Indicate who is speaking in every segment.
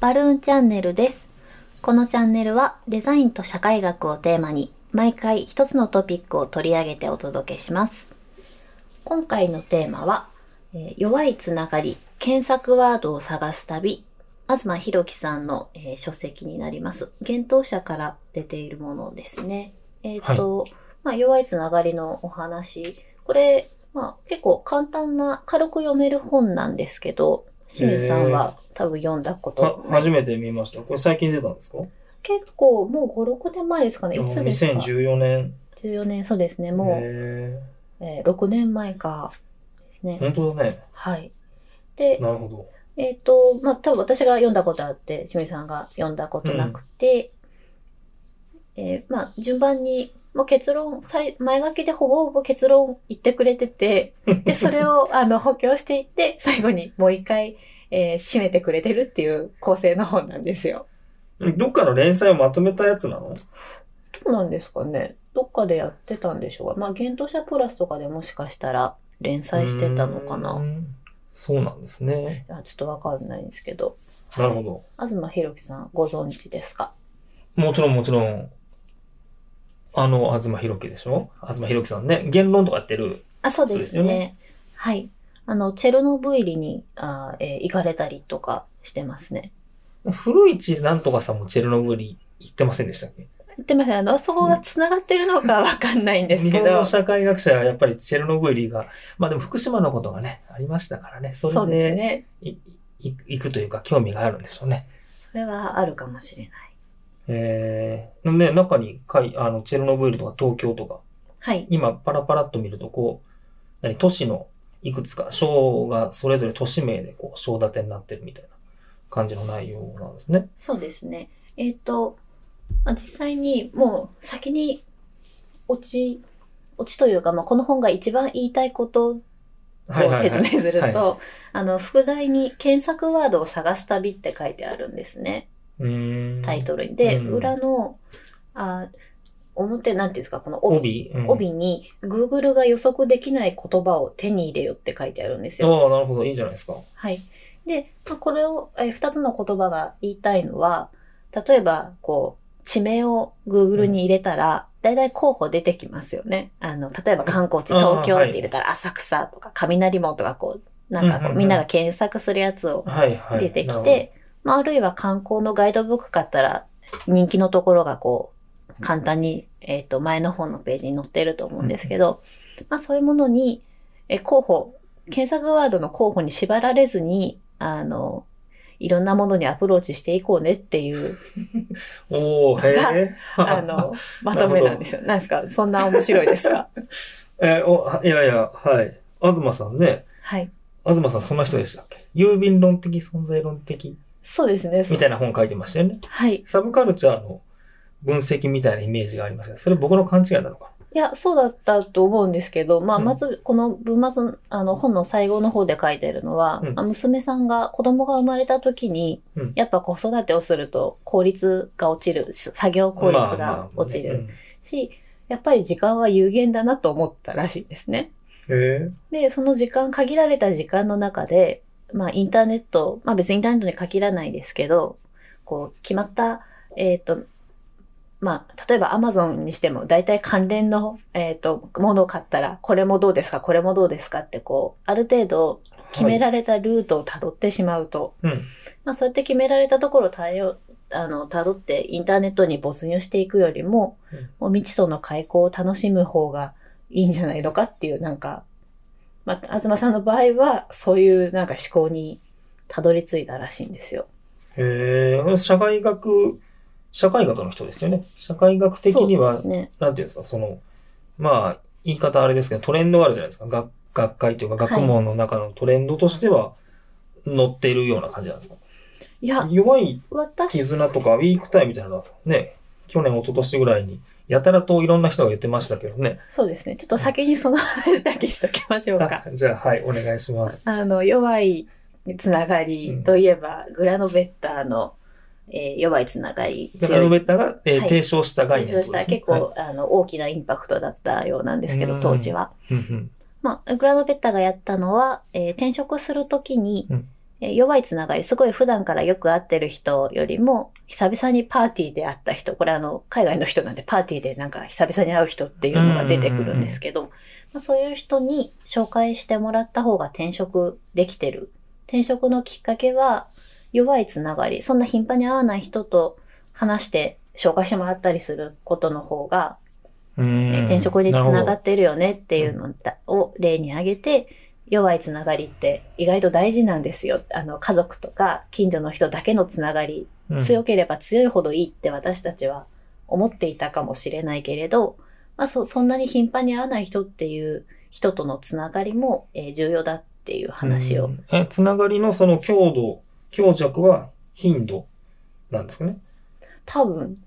Speaker 1: バルーンチャンネルです。このチャンネルはデザインと社会学をテーマに毎回一つのトピックを取り上げてお届けします。今回のテーマは、えー弱いつながり、検索ワードを探す旅、東博樹さんの、えー書籍になります。幻冬社から出ているものですね。えっ、と、まあ、弱いつながりのお話。これ、まあ、結構簡単な、軽く読める本なんですけど、清水さんは多分読んだこと、
Speaker 2: は初めて見ました。これ最近出たんですか
Speaker 1: 結構もう5、6年前ですかね。いつですか
Speaker 2: 2014年。
Speaker 1: 14年、そうですね。も
Speaker 2: へ
Speaker 1: う、えー6年前かです
Speaker 2: ー
Speaker 1: ね。
Speaker 2: 本当だね。
Speaker 1: はい。で、
Speaker 2: なるほど。
Speaker 1: えっ、と、まあ、多分私が読んだことあって、清水さんが読んだことなくて、えーまあ、順番に、もう結論、最前書きでほぼほぼ結論言ってくれて て、で、それを、あの、補強していって、最後にもう一回、えー締めてくれてるっていう構成の本なんですよ。
Speaker 2: どっかの連載をまとめたやつなの
Speaker 1: どうなんですかね。どっかでやってたんでしょうか。まあ、幻冬者プラスとかでもしかしたら連載してたのか
Speaker 2: うー
Speaker 1: な。
Speaker 2: んそうなんですね。
Speaker 1: あちょっとわかんないんですけど。
Speaker 2: なるほど。
Speaker 1: 東博樹さん、ご存知ですか
Speaker 2: もちろんもちろん。あの、東博樹でしょ東博樹さんね。言論とかやってる。
Speaker 1: あ、そう
Speaker 2: そう
Speaker 1: で
Speaker 2: ですす
Speaker 1: ね。
Speaker 2: よね
Speaker 1: はい。あの、チェルノブイリにあー、えー行かれたりとかしてますね。
Speaker 2: 古市なんとかさんもチェルノブイリ行ってませんでしたっけ
Speaker 1: 言ってません。あの、あそこが繋がってるのかわかんないんです
Speaker 2: 日
Speaker 1: け
Speaker 2: 本
Speaker 1: ど
Speaker 2: の。社会学者はやっぱりチェルノブイリが、まあでも福島のことがね、ありましたからね。それで
Speaker 1: そうですね。
Speaker 2: いい行くというか興味があるんでしょうね。
Speaker 1: それはあるかもしれない。
Speaker 2: えー、ね、中にかい、あの、チェルノブイリとか東京とか、
Speaker 1: はい。
Speaker 2: 今パラパラっと見ると、こう、何、都市のいくつか、章がそれぞれ都市名で、こう、章立てになってるみたいな感じの内容なんですね。
Speaker 1: そうですね。えっ、と、まあ、実際にもう先に落ち、落ちというか、まあ、この本が一番言いたいことを説明すると、
Speaker 2: は
Speaker 1: あの、副題に検索ワードを探す旅って書いてあるんですね。
Speaker 2: うーん。
Speaker 1: タイトルに。で、
Speaker 2: うん
Speaker 1: 裏の、あ、表、なんていうんですか、この帯。
Speaker 2: 帯うん
Speaker 1: 帯に、Google が予測できない言葉を手に入れよって書いてあるんですよ。
Speaker 2: ああ、なるほど。いいじゃないですか。
Speaker 1: はい。で、まあ、これを、えー二つの言葉が言いたいのは、例えば、こう、地名を Google に入れたら、だいたい候補出てきますよね。あの、例えば観光地、
Speaker 2: あー
Speaker 1: 東京っ
Speaker 2: は
Speaker 1: て
Speaker 2: い
Speaker 1: 入れたら、浅草とか、雷門とか、こう、なんか
Speaker 2: うんうん
Speaker 1: こ
Speaker 2: う
Speaker 1: う、
Speaker 2: ん
Speaker 1: みんなが検索するやつを
Speaker 2: はいはい。
Speaker 1: 出てき
Speaker 2: なるほど
Speaker 1: て、まあ、あるいは観光のガイドブック買ったら、人気のところがこう、簡単に、えっ、と、前の方のページに載ってると思うんですけど、まあ、そういうものに、え、候補、検索ワードの候補に縛られずに、あの、いろんなものにアプローチしていこうねって いう、
Speaker 2: おおへえ。
Speaker 1: あの、まとめなんですよ。なんですかそんな面白いです か
Speaker 2: えーお、いやいや、はい。東さんね。
Speaker 1: はい。
Speaker 2: 東さんそんな人でしたっけ郵便論的存在論的
Speaker 1: そうですね。そ
Speaker 2: みたいな本書いてましたよね。
Speaker 1: はい。
Speaker 2: サブカルチャーの分析みたいなイメージがありますけど、それ僕の勘違いなのか。
Speaker 1: いや、そうだったと思うんですけど、まあ、
Speaker 2: うん
Speaker 1: まず、この文末の、あの、本の最後の方で書いてるのは、
Speaker 2: うん
Speaker 1: まあ娘さんが、子供が生まれた時に、
Speaker 2: うん
Speaker 1: やっぱ子育てをすると効率が落ちる、し作業効率
Speaker 2: まあ
Speaker 1: が落ち。
Speaker 2: まあ
Speaker 1: る
Speaker 2: ね
Speaker 1: し、やっぱり時間は有限だなと思ったらしいんですね。
Speaker 2: うんへ
Speaker 1: で、その時間、限られた時間の中で、まあ、インターネット、まあ別にインターネットに限らないですけど、こう、決まった、えっ、と、まあ、例えば Amazon にしても、大体関連の、えっ、と、ものを買ったら、これもどうですか、これもどうですかって、こう、ある程度
Speaker 2: え
Speaker 1: 決められたルートを辿ってしまうと、
Speaker 2: はいうん
Speaker 1: まあ、そうやって決められたところを対応、あの、辿ってインターネットに没入していくよりも、
Speaker 2: うん
Speaker 1: もう未知との開口を楽しむ方がいいんじゃないのかっていう、なんか、まあ、東さんの場合は、そういうなんか思考にたどり着いたらしいんですよ。
Speaker 2: へえ社会学、社会学の人ですよね。社会学的に
Speaker 1: そ
Speaker 2: は
Speaker 1: うです、ね。
Speaker 2: なんていうんですか、その、まあ、言い方あれですけど、トレンドがあるじゃないですか。学学会というか、学問の中のトレンドとしては、乗っているような感じなんですか。
Speaker 1: いや、
Speaker 2: 弱い
Speaker 1: 私、
Speaker 2: 絆とか、ウィークタイみたいなのはね、去年、一昨年ぐらいに、やたらといろんな人が言ってましたけどね。
Speaker 1: そうですね。ちょっと先にその話だけしときましょうか。
Speaker 2: あじゃあ、はい、お願いします。
Speaker 1: あの、弱いつながりといえば、グラノベッターの、えー弱いつながり
Speaker 2: だか
Speaker 1: 強
Speaker 2: らロ
Speaker 1: い
Speaker 2: ベッタが、えー
Speaker 1: はい
Speaker 2: 提唱した概
Speaker 1: 提
Speaker 2: 念
Speaker 1: 唱
Speaker 2: って
Speaker 1: し
Speaker 2: こと
Speaker 1: た
Speaker 2: です
Speaker 1: 結
Speaker 2: ね
Speaker 1: 構、あの大きなインパクトだったようなんですけ
Speaker 2: う
Speaker 1: ど
Speaker 2: ん
Speaker 1: 当時は、
Speaker 2: はいうんうん
Speaker 1: まあ、グラノベッタがやったのは、えー転職するときに、
Speaker 2: うん
Speaker 1: えー弱いつながり、すごい普段からよく会ってる人よりも、久々にパーティーで会った人、これあの、海外の人なんでパーティーでなんか久々に会う人っていうのが出てくるんですけど、まあ、そういう人に紹介してもらった方が転職できてる。転職のきっかけは、弱いつながり、そんな頻繁に会わない人と話して紹介してもらったりすることの方が
Speaker 2: うん
Speaker 1: えー転職につなが
Speaker 2: なるほ
Speaker 1: ってるよねっていうのだを例に挙げて、弱いつながりって意外と大事なんですよ。あの、家族とか近所の人だけのつながり、
Speaker 2: どうん
Speaker 1: 強ければ強いほどいいって私たちは思っていたかもしれないけれど、まあ、そそんなに頻繁に会わない人っていう人とのつながりも、えー重要だっていう話
Speaker 2: う
Speaker 1: を。
Speaker 2: んえ、つながりのその強度、強弱は頻度なんですかね。
Speaker 1: 多分、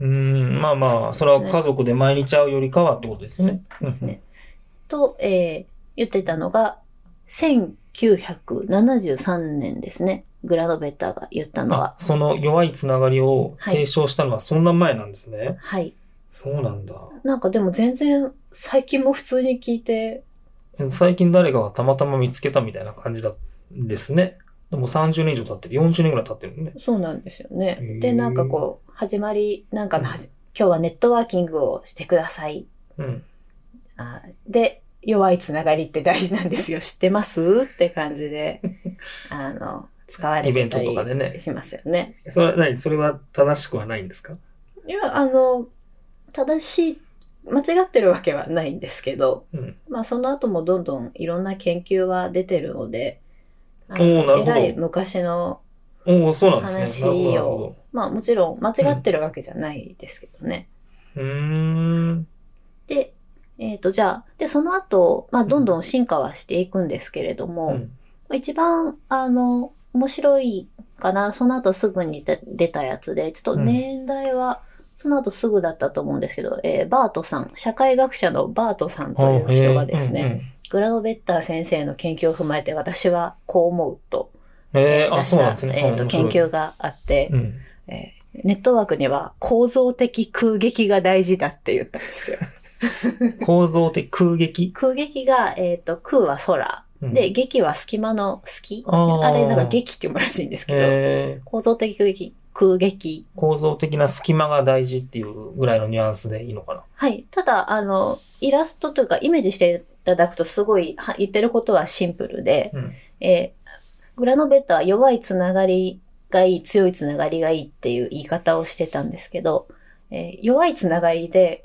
Speaker 2: うん、まあまあ、それは家族で毎日会うよりかはってことですね。
Speaker 1: ねと、えー言ってたのが、1973年ですね。グラノベッターが言ったのは
Speaker 2: あ。その弱いつながりを提唱したのはそんな前なんですね。
Speaker 1: はい。
Speaker 2: そうなんだ。
Speaker 1: なんかでも全然最近も普通に聞いて、
Speaker 2: 最近誰かがたまたま見つけたみたいな感じだですね。でも30年以上経ってる。40年ぐらい経ってるね。
Speaker 1: そうなんですよね
Speaker 2: へ。ー
Speaker 1: で、なんかこう、始まり、なんかのはじ、今日はネットワーキングをしてください。
Speaker 2: うん。
Speaker 1: あで、弱いつながりって大事なん ですよ。知ってますって感じで、あの、使われ
Speaker 2: イベ
Speaker 1: て
Speaker 2: ン
Speaker 1: た
Speaker 2: トとか
Speaker 1: り
Speaker 2: でね。
Speaker 1: しますよね。
Speaker 2: それは何それは正しくはないんですか
Speaker 1: いや、あの、正しい、間違ってるわけはないんですけど、
Speaker 2: うん。
Speaker 1: まあその後もどんどんいろんな研究は出てるので、あ
Speaker 2: おーなるほど
Speaker 1: えらい昔の
Speaker 2: おお、そうなんですね。なるほど、
Speaker 1: 話
Speaker 2: なるほ
Speaker 1: をまあもちろん間違ってるわけじゃないですけどね。
Speaker 2: ど。うーん。
Speaker 1: で、えっ、とじゃあ、で、その後、まあどんどん進化はしていくんですけれども、
Speaker 2: うん
Speaker 1: まあ一番、あの、面白いかな、その後すぐに出出たやつで、ちょっと年代は、その後すぐだったと思うんですけど、えーバートさん、社会学者のバートさんという人がですね、グラドベッター先生の研究を踏まえて、私はこう思うと、
Speaker 2: あーへえうんうんえー、あ、
Speaker 1: 出し
Speaker 2: そうなん
Speaker 1: た
Speaker 2: ですね。
Speaker 1: えーと
Speaker 2: うん
Speaker 1: 研。
Speaker 2: 面
Speaker 1: 究があって、
Speaker 2: 白いうん。
Speaker 1: えーネットワークには構造的空撃が大事だって言ったんです よ。
Speaker 2: 構造的空撃。
Speaker 1: 空撃が、えっ、と、空は空。
Speaker 2: うん
Speaker 1: で、、撃は隙間の隙。
Speaker 2: あー
Speaker 1: あれ、なんか撃って読むらしいんですけど、
Speaker 2: えー
Speaker 1: 構造的空撃、空撃。
Speaker 2: 構造的な隙間が大事っていうぐらいのニュアンスでいいのかな。
Speaker 1: はい。ただ、あの、イラストというか、イメージしていただくとすごい、は言ってることはシンプルで、
Speaker 2: うん。
Speaker 1: えーグラノベッタは弱いつながりがいい、強いつながりがいいっていう言い方をしてたんですけど、えー弱いつながりで、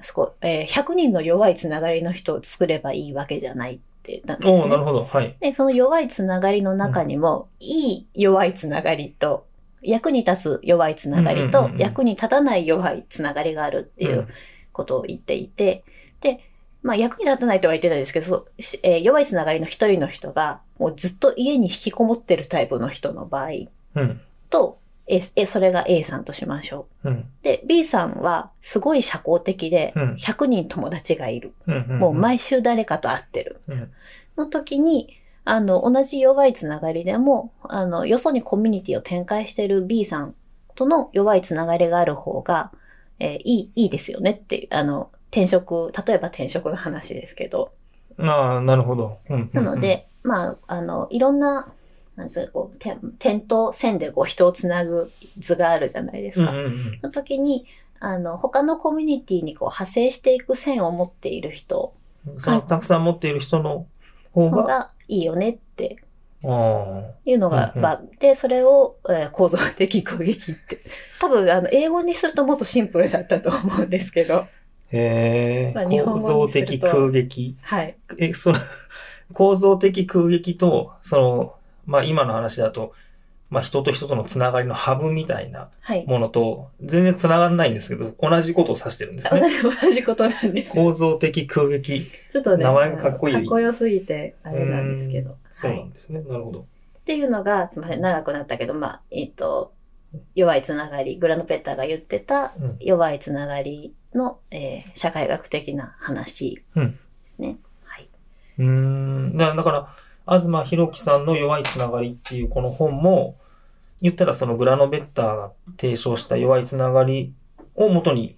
Speaker 1: そこ、えー100人の弱いつながりの人を作ればいいわけじゃないって言ったんで
Speaker 2: お
Speaker 1: す
Speaker 2: お
Speaker 1: ね
Speaker 2: なる。ほど。はい。
Speaker 1: で、その弱いつながりの中にも、いい弱いつながりと、役に立つ弱いつながり
Speaker 2: うんうん
Speaker 1: と
Speaker 2: うんう、ん
Speaker 1: 役に立たない弱いつながりがあるっていう
Speaker 2: うん
Speaker 1: ことを言っていて、で、まあ役に立たないとは言ってたんですけど、そうしえー弱いつながりの一人の人が、もうずっと家に引きこもってるタイプの人の場合
Speaker 2: うん。
Speaker 1: と、えーえーそれが A さんとしましょ
Speaker 2: うん。
Speaker 1: う。で、B さんはすごい社交的で
Speaker 2: うん、
Speaker 1: 100人友達がいる。
Speaker 2: うんうん。
Speaker 1: もう毎週誰かと会ってる。
Speaker 2: うん
Speaker 1: の時に、あの、同じ弱いつながりでも、あの、よそにコミュニティを展開している B さんとの弱いつながりがある方が、えーいい、いいですよねっていう、あの、転職、例えば転職の話ですけど。
Speaker 2: ああ、なるほど。うん。
Speaker 1: なので、まあ、あの、いろんな、なんですか、こう、点点と線でこう人をつなぐ図があるじゃないで
Speaker 2: う
Speaker 1: す
Speaker 2: ん、
Speaker 1: か。
Speaker 2: うんうんうん。
Speaker 1: の時に、あの、他のコミュニティにこう派生していく線を持っている人
Speaker 2: そのたくさん持っている人の
Speaker 1: の
Speaker 2: 方が、あ
Speaker 1: がいいよねって
Speaker 2: あ、
Speaker 1: いうのが、
Speaker 2: うんうん
Speaker 1: まあ、で、それを、えー構造的攻撃って。多分、あの、英語にするともっとシンプルだったと思うんですけど。
Speaker 2: へえ、
Speaker 1: まあ日本語
Speaker 2: 構
Speaker 1: に
Speaker 2: 造
Speaker 1: する
Speaker 2: 的
Speaker 1: と
Speaker 2: 空撃。
Speaker 1: はい。
Speaker 2: え、その、構造的空撃と、その、まあ今の話だと、まあ人と人とのつながりのハブみたいな
Speaker 1: はい。
Speaker 2: ものと、全然つながらないんですけど、同じことを指してるんです
Speaker 1: 同
Speaker 2: ね。
Speaker 1: じ、同じことなんですよ。
Speaker 2: 構造的空撃。
Speaker 1: ちょっとね、
Speaker 2: 名前がかっこいい
Speaker 1: あのかっこよすぎて、あれなんですけど。
Speaker 2: そ
Speaker 1: は。
Speaker 2: うないんですね。なるほど。
Speaker 1: っていうのが、すみません、長くなったけど、まあ、えっと、弱いつながり、グラノペッターが言ってた
Speaker 2: うん
Speaker 1: 弱いつながりの、えー社会学的な話ですね。はい。
Speaker 2: うーん。だから、だから東博樹さんの弱いつながりっていうこの本も、言ったらそのグラノベッターが提唱した弱いつながりを元に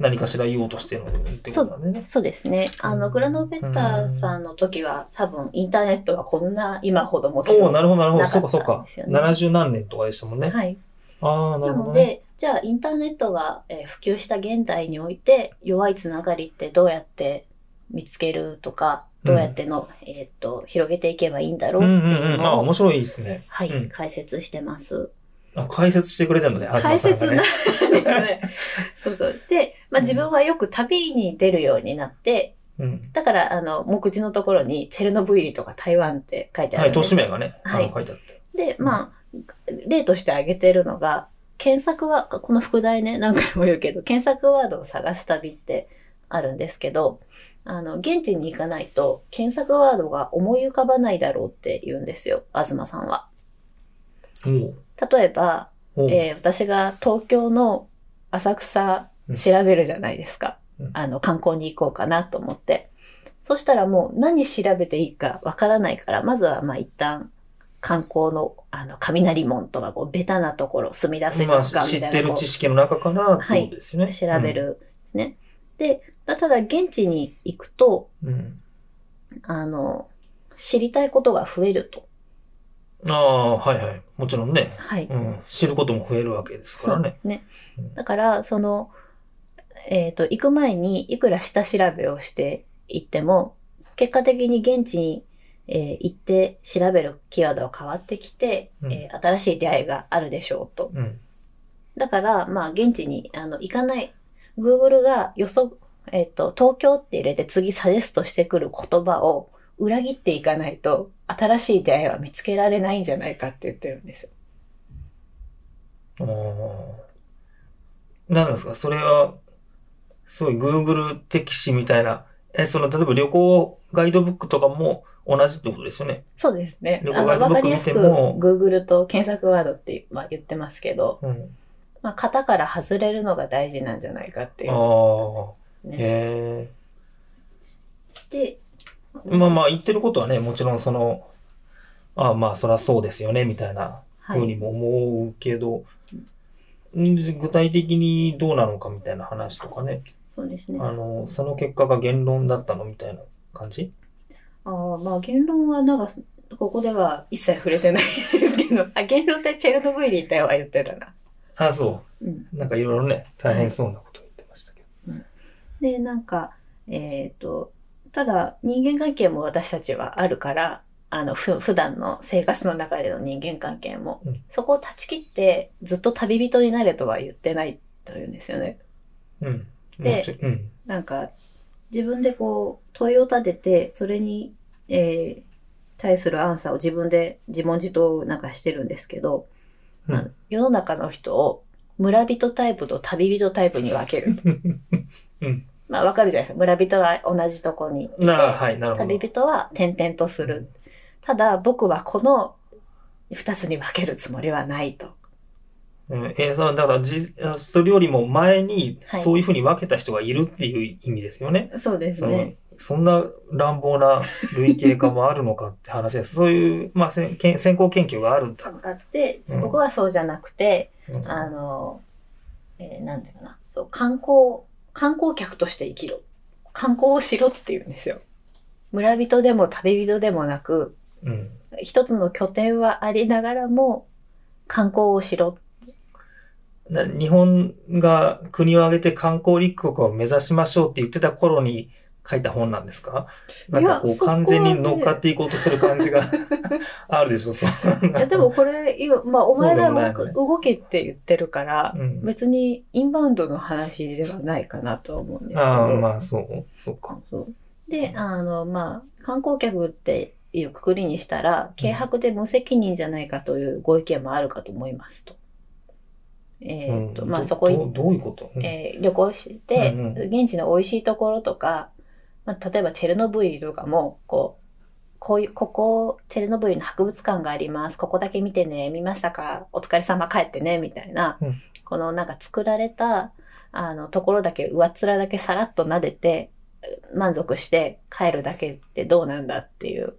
Speaker 2: 何かしら言おうとしてるってことだね。
Speaker 1: そうですね。あの、グラノベッタさんの時は、多分インターネットがこんな今ほどもち
Speaker 2: おお
Speaker 1: ろ
Speaker 2: ー
Speaker 1: ん
Speaker 2: なるほど、なるほど。
Speaker 1: なかっ
Speaker 2: そう
Speaker 1: た
Speaker 2: か、そうか
Speaker 1: んですよ。ね
Speaker 2: 70何年とかでしたもんね。
Speaker 1: はい。
Speaker 2: ああ、な
Speaker 1: な
Speaker 2: るほ
Speaker 1: の
Speaker 2: ど、ね。
Speaker 1: で、じゃあインターネットがえー普及した現代において弱いつながりってどうやって見つけるとか、どうやっての、えーっと、広げていけばいいんだろう
Speaker 2: う
Speaker 1: って
Speaker 2: ん
Speaker 1: い
Speaker 2: うん
Speaker 1: う
Speaker 2: うん。あ、
Speaker 1: のを、
Speaker 2: 面白いですね。
Speaker 1: はい、
Speaker 2: うん
Speaker 1: 解説してます。
Speaker 2: あ解説してくれてるのね、東さん
Speaker 1: 解説
Speaker 2: が
Speaker 1: なん
Speaker 2: ね
Speaker 1: で。す ね。そうそう。で、まあ、
Speaker 2: うん
Speaker 1: 自分はよく旅に出るようになって、
Speaker 2: うん。
Speaker 1: だから、あの、目次のところに、チェルノブイリとか台湾って書いてあ
Speaker 2: は
Speaker 1: る
Speaker 2: い、
Speaker 1: んで
Speaker 2: 都
Speaker 1: す
Speaker 2: 市
Speaker 1: よ
Speaker 2: 名がね、
Speaker 1: はい
Speaker 2: あの書いてあって。
Speaker 1: で、まあ、例として挙げてるのが、検索は、この副題ね、何回も言うけど、検索ワードを探す旅ってあるんですけど、あの、現地に行かないと、検索ワードが思い浮かばないだろうって言うんですよ、東さんは。例えば、
Speaker 2: おうおう
Speaker 1: えー私が東京の浅草調べるじゃないですか。
Speaker 2: うん
Speaker 1: あの、観光に行こうかなと思って。そしたらもう何調べていいかわからないから、まずはまあ一旦観光のあの雷門とかこうベタなところ、墨田水
Speaker 2: まあ、
Speaker 1: 族館
Speaker 2: 知
Speaker 1: み
Speaker 2: った
Speaker 1: い
Speaker 2: て
Speaker 1: な
Speaker 2: る
Speaker 1: こう
Speaker 2: 知識の中からってことですよね。
Speaker 1: 調べるんですね。で、ただ現地に行くと、
Speaker 2: うん。うん
Speaker 1: あの、知りたいことが増えると。
Speaker 2: ああ、はいはい。もちろんね。
Speaker 1: はい。
Speaker 2: うん。知ることも増えるわけですか
Speaker 1: そ
Speaker 2: ら
Speaker 1: う
Speaker 2: ね。
Speaker 1: ね
Speaker 2: うん。
Speaker 1: だから、その、えっ、と、行く前にいくら下調べをしていっても、結果的に現地に、えー行って調べるキーワードは変わってきて、
Speaker 2: うん
Speaker 1: えー新しい出会いがあるでしょうと。
Speaker 2: うん。
Speaker 1: だから、まあ、現地にあの行かない、Google が予測、えっ、と、東京って入れて次サジェストしてくる言葉を裏切っていかないと、新しい出会いは見つけられないんじゃないかって言ってるんですよ。
Speaker 2: ああ。何なんですかそれは、すごい Google 的視みたいな。え、その、例えば旅行ガイドブックとかも同じってことですよね。
Speaker 1: そうですね。
Speaker 2: 旅行
Speaker 1: あの、
Speaker 2: ガイド
Speaker 1: わ
Speaker 2: ブ
Speaker 1: か
Speaker 2: ック
Speaker 1: り
Speaker 2: 見
Speaker 1: やす
Speaker 2: て
Speaker 1: く
Speaker 2: も
Speaker 1: Google と検索ワードって、まあ、言ってますけど、
Speaker 2: うん。
Speaker 1: まあ、型から外れるのが大事なんじゃないかってい
Speaker 2: あ
Speaker 1: う、
Speaker 2: あ。
Speaker 1: ね。
Speaker 2: へえ。
Speaker 1: で、
Speaker 2: まあまあ、言ってることはね、もちろんその、ああまあ、そりゃそうですよね、みたいな。
Speaker 1: は
Speaker 2: ふうに
Speaker 1: い。
Speaker 2: も思うけど、ん具体的にどうなのかみたいな話とかね、
Speaker 1: そうですね。
Speaker 2: あのその結果が言論だったのみたいな感じ
Speaker 1: あーまあ、言論はなんか、ここでは一切触れてないですけど、あ、言論ってチェルノブイリっては言ってたな。
Speaker 2: あそ
Speaker 1: うん。
Speaker 2: うなんかいろいろね大変そうなこと言ってましたけど、
Speaker 1: で、なんか、えっ、と、ただ人間関係も私たちはあるから、あの、ふ、普段の生活の中での人間関係も、
Speaker 2: うん
Speaker 1: そこを断ち切ってずっと旅人になれとは言ってないというんですよね。
Speaker 2: うん
Speaker 1: で
Speaker 2: もちろんうん
Speaker 1: なんか、自分でこう、問いを立てて、それに、えー対するアンサーを自分で自問自答なんかしてるんですけど、
Speaker 2: うん
Speaker 1: まあ世の中の人を村人タイプと旅人タイプに分ける。 まあ、わかるじゃないですか。村人は同じとこにいて、
Speaker 2: なあはいなるほど
Speaker 1: 旅人は転々とする。ただ、僕はこの二つに分けるつもりはないと。
Speaker 2: うん、えーそうだからじあそれよりも前に
Speaker 1: はい
Speaker 2: そういうふうに分けた人がいるっていう意味ですよね、
Speaker 1: そうで
Speaker 2: その。そんな乱暴な類型化もあるのかって話ですそういう、まあ、せんけん先行研究があるんだ、
Speaker 1: あって
Speaker 2: う、ん
Speaker 1: 僕はそうじゃなくて、
Speaker 2: うん
Speaker 1: あの、えーなんていうかなそう、観光、観光客として生きろ。観光をしろって言うんですよ。村人でも旅人でもなく、
Speaker 2: うん、
Speaker 1: 一つの拠点はありながらも、観光をしろ
Speaker 2: な日本が国を挙げて観光立国を目指しましょうって言ってた頃に書いた本なんですかなんかこ
Speaker 1: いうやそこは
Speaker 2: 完
Speaker 1: ね
Speaker 2: 全に乗っかっていこうとする感じがあるでしょ、そう。
Speaker 1: いやでもこれ今、まあ、お前が
Speaker 2: そうでもない
Speaker 1: 動
Speaker 2: よね
Speaker 1: く動けって言ってるから、
Speaker 2: うん
Speaker 1: 別にインバウンドの話ではないかなとは思うんですけど。
Speaker 2: ああ、まあそう、そうか。
Speaker 1: そうで、あの、まあ、観光客っていうくくりにしたら、軽薄で無責任じゃないかというご意見もあるかと思いますと。えーっと、
Speaker 2: うん
Speaker 1: まあ
Speaker 2: ど
Speaker 1: そこ
Speaker 2: ど
Speaker 1: 行
Speaker 2: う
Speaker 1: っ
Speaker 2: どういうこと、うん
Speaker 1: えー旅行して、
Speaker 2: うんう
Speaker 1: 現地の美味しいところとか、まあ、例えばチェルノブイリとかも、こう、こういう、ここ、チェルノブイリの博物館があります。ここだけ見てね。見ましたかお疲れ様帰ってね。みたいな、
Speaker 2: うん
Speaker 1: このなんか作られた、あの、ところだけ、上っ面だけさらっと撫でて、満足して帰るだけってどうなんだっていう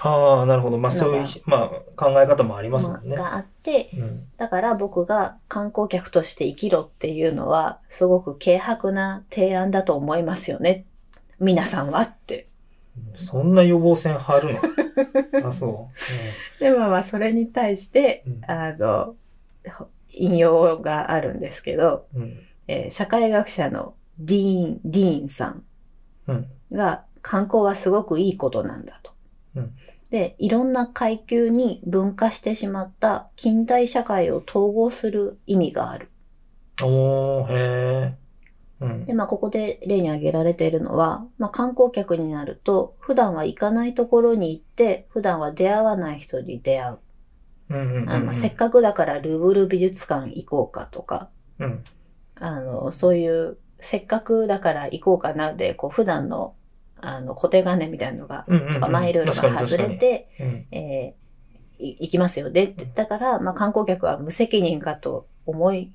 Speaker 2: ああ、なるほど。まあ、そういう
Speaker 1: のが、
Speaker 2: まあ、考え方もありますもんね。
Speaker 1: があって、
Speaker 2: うん。
Speaker 1: だから僕が観光客として生きろっていうのは、すごく軽薄な提案だと思いますよね。皆さんはって。
Speaker 2: そんな予防線張る のあ、そう。
Speaker 1: でもまあそれに対して、
Speaker 2: うん
Speaker 1: あの、引用があるんですけど、
Speaker 2: うん。うん。
Speaker 1: えー社会学者のディーン、ディーンさん
Speaker 2: うん。
Speaker 1: が観光はすごくいいことなんだと。
Speaker 2: うん
Speaker 1: で、いろんな階級に分化してしまった近代社会を統合する意味がある。
Speaker 2: おー、へえ。うん
Speaker 1: で、。まあ、ここで例に挙げられているのは、まあ、観光客になると、普段は行かないところに行って、普段は出会わない人に出会う。
Speaker 2: うんうんうんうん。
Speaker 1: あのまあせっかくだからルーブル美術館行こうかとか、
Speaker 2: うん。
Speaker 1: あの、そういう、せっかくだから行こうかなで、こう、普段の、あの、固定金みたいなのが、
Speaker 2: うんうんう
Speaker 1: と
Speaker 2: ん。
Speaker 1: か、マイルールが外れて、
Speaker 2: 確かに確かに。うん。
Speaker 1: えーい行きますよねって。だから、まあ、観光客は無責任かと思い、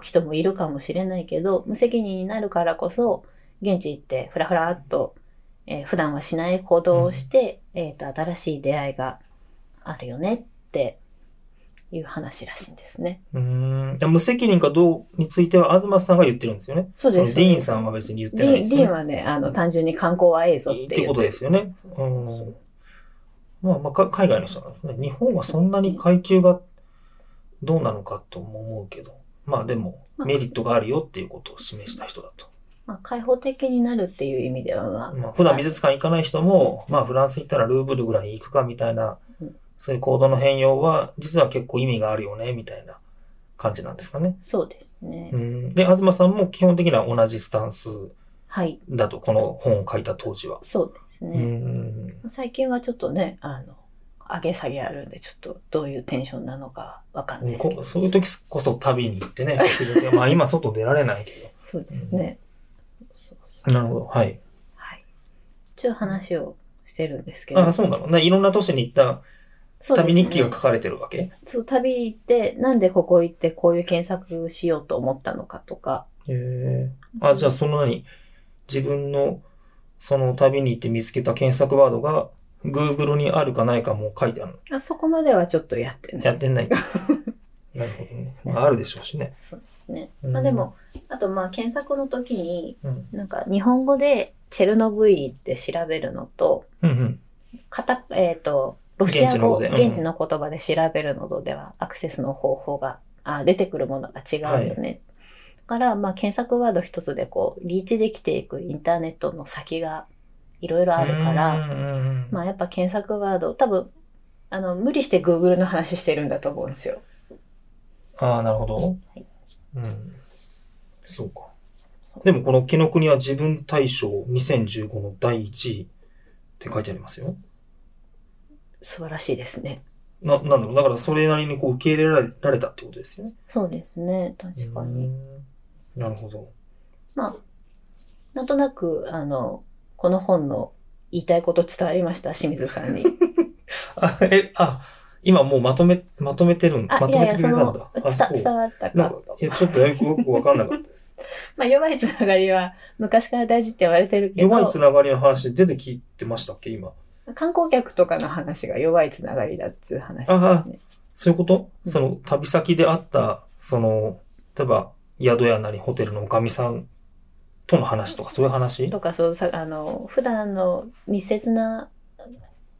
Speaker 1: 人もいるかもしれないけど、無責任になるからこそ、現地行ってふらふらっと、えー普段はしない行動をして、えっ、と、新しい出会いがあるよねっていう話らしいんですね。
Speaker 2: うーん。で無責任かどうについては、東さんが言ってるんですよね。
Speaker 1: そうです。
Speaker 2: のディーンさんは別に言ってない
Speaker 1: ディー
Speaker 2: で
Speaker 1: ン
Speaker 2: す
Speaker 1: ディ
Speaker 2: よ
Speaker 1: ーン
Speaker 2: ね。
Speaker 1: はね、あの、単純に観光はええぞっ
Speaker 2: って
Speaker 1: 言って
Speaker 2: ことですよね。うん。まあまあ、か海外の人なんですね。日本はそんなに階級がどうなのかとも思うけど、まあでも、
Speaker 1: まあ
Speaker 2: メリットがあるよっていうことを示した人だと。
Speaker 1: まあ、開放的になるっていう意味では、まあ、
Speaker 2: まあ、普段美術館行かない人も、まあフランス行ったらルーブルぐらい行くかみたいな
Speaker 1: うん、
Speaker 2: そういう行動の変容は、実は結構意味があるよね、みたいな感じなんですかね。
Speaker 1: そうですね。
Speaker 2: うん、で、東さんも基本的には同じスタンス
Speaker 1: はい、
Speaker 2: だと、この本を書いた当時は。
Speaker 1: そうですね。
Speaker 2: うん、
Speaker 1: 最近はちょっとね、あの、上げ下げあるんで、ちょっとどういうテンションなのかわかんないですけ
Speaker 2: こ
Speaker 1: ど。
Speaker 2: そういう時こそ旅に行っ てね。まあ今外出られないけ
Speaker 1: そうですね。そうそう
Speaker 2: ど。なるほど。はい。
Speaker 1: はい。ちょっと話をしてるんですけど。
Speaker 2: あそうなのね。いろんな都市に行った
Speaker 1: そうです
Speaker 2: 旅
Speaker 1: ね
Speaker 2: 日記が書かれてるわけ、
Speaker 1: そう、旅行って、なんでここ行ってこういう検索しようと思ったのかとか。
Speaker 2: へえ。あ、じゃあその何自分のその旅に行って見つけた検索ワードが Google にあるかないかも書いてあるの。
Speaker 1: あそこまではちょっとやってな
Speaker 2: や
Speaker 1: い。
Speaker 2: ってない なるほどね。まあ、あるでしょうしね。
Speaker 1: そうですね。
Speaker 2: うん
Speaker 1: まあでも、あとまあ検索の時に、
Speaker 2: うん。
Speaker 1: なんか日本語でチェルノブイリって調べるのと、
Speaker 2: うんうん。
Speaker 1: かた、えっ、と、ロシア語、
Speaker 2: 現地の方で
Speaker 1: 現
Speaker 2: うん
Speaker 1: 地の言葉で調べるのとでは、アクセスの方法が、あ出てくるものが違うよね。だから、まあ、検索ワード一つで、こう、リーチできていくインターネットの先がいろいろあるから、
Speaker 2: うんうんうん
Speaker 1: まあ、やっぱ検索ワード、多分、あの、無理して Google の話してるんだと思うんですよ。
Speaker 2: ああ、なるほど
Speaker 1: い。
Speaker 2: うん。そうか。でもこの紀ノ国は自分大賞2015の第1位って書いてありますよ。
Speaker 1: 素晴らしいですね。
Speaker 2: な、なんだろう。だからそれなりにこう受け入れられられたってことですよね。
Speaker 1: そうですね、確かに。
Speaker 2: うん。なるほど。
Speaker 1: まあ、なんとなく、あの、この本の言いたいこと伝わりました、清水さんに。
Speaker 2: あ、え、あ、今もうまとめ、まとめてるん、
Speaker 1: あ、
Speaker 2: ま
Speaker 1: い
Speaker 2: と
Speaker 1: やい
Speaker 2: めて
Speaker 1: や、
Speaker 2: くれ
Speaker 1: そ
Speaker 2: たんだ。
Speaker 1: の、
Speaker 2: あ、
Speaker 1: 伝
Speaker 2: そう。
Speaker 1: 伝わった
Speaker 2: な
Speaker 1: か
Speaker 2: んか
Speaker 1: と、。
Speaker 2: いや、ちょっとよくよくわかんなかっ たです。
Speaker 1: まあ、弱いつながりは、昔から大事って言われてるけ
Speaker 2: 弱い
Speaker 1: ど、
Speaker 2: つながりの話出てきてましたっけ、今。
Speaker 1: 観光客とかの話が弱いつながりだっつう話ですね。
Speaker 2: そういうこと
Speaker 1: うん
Speaker 2: その、旅先であった、その、例えば、宿屋なりホテルのおかみさんとの話とか、そういう話
Speaker 1: とか、そうさ、あの、普段の密接な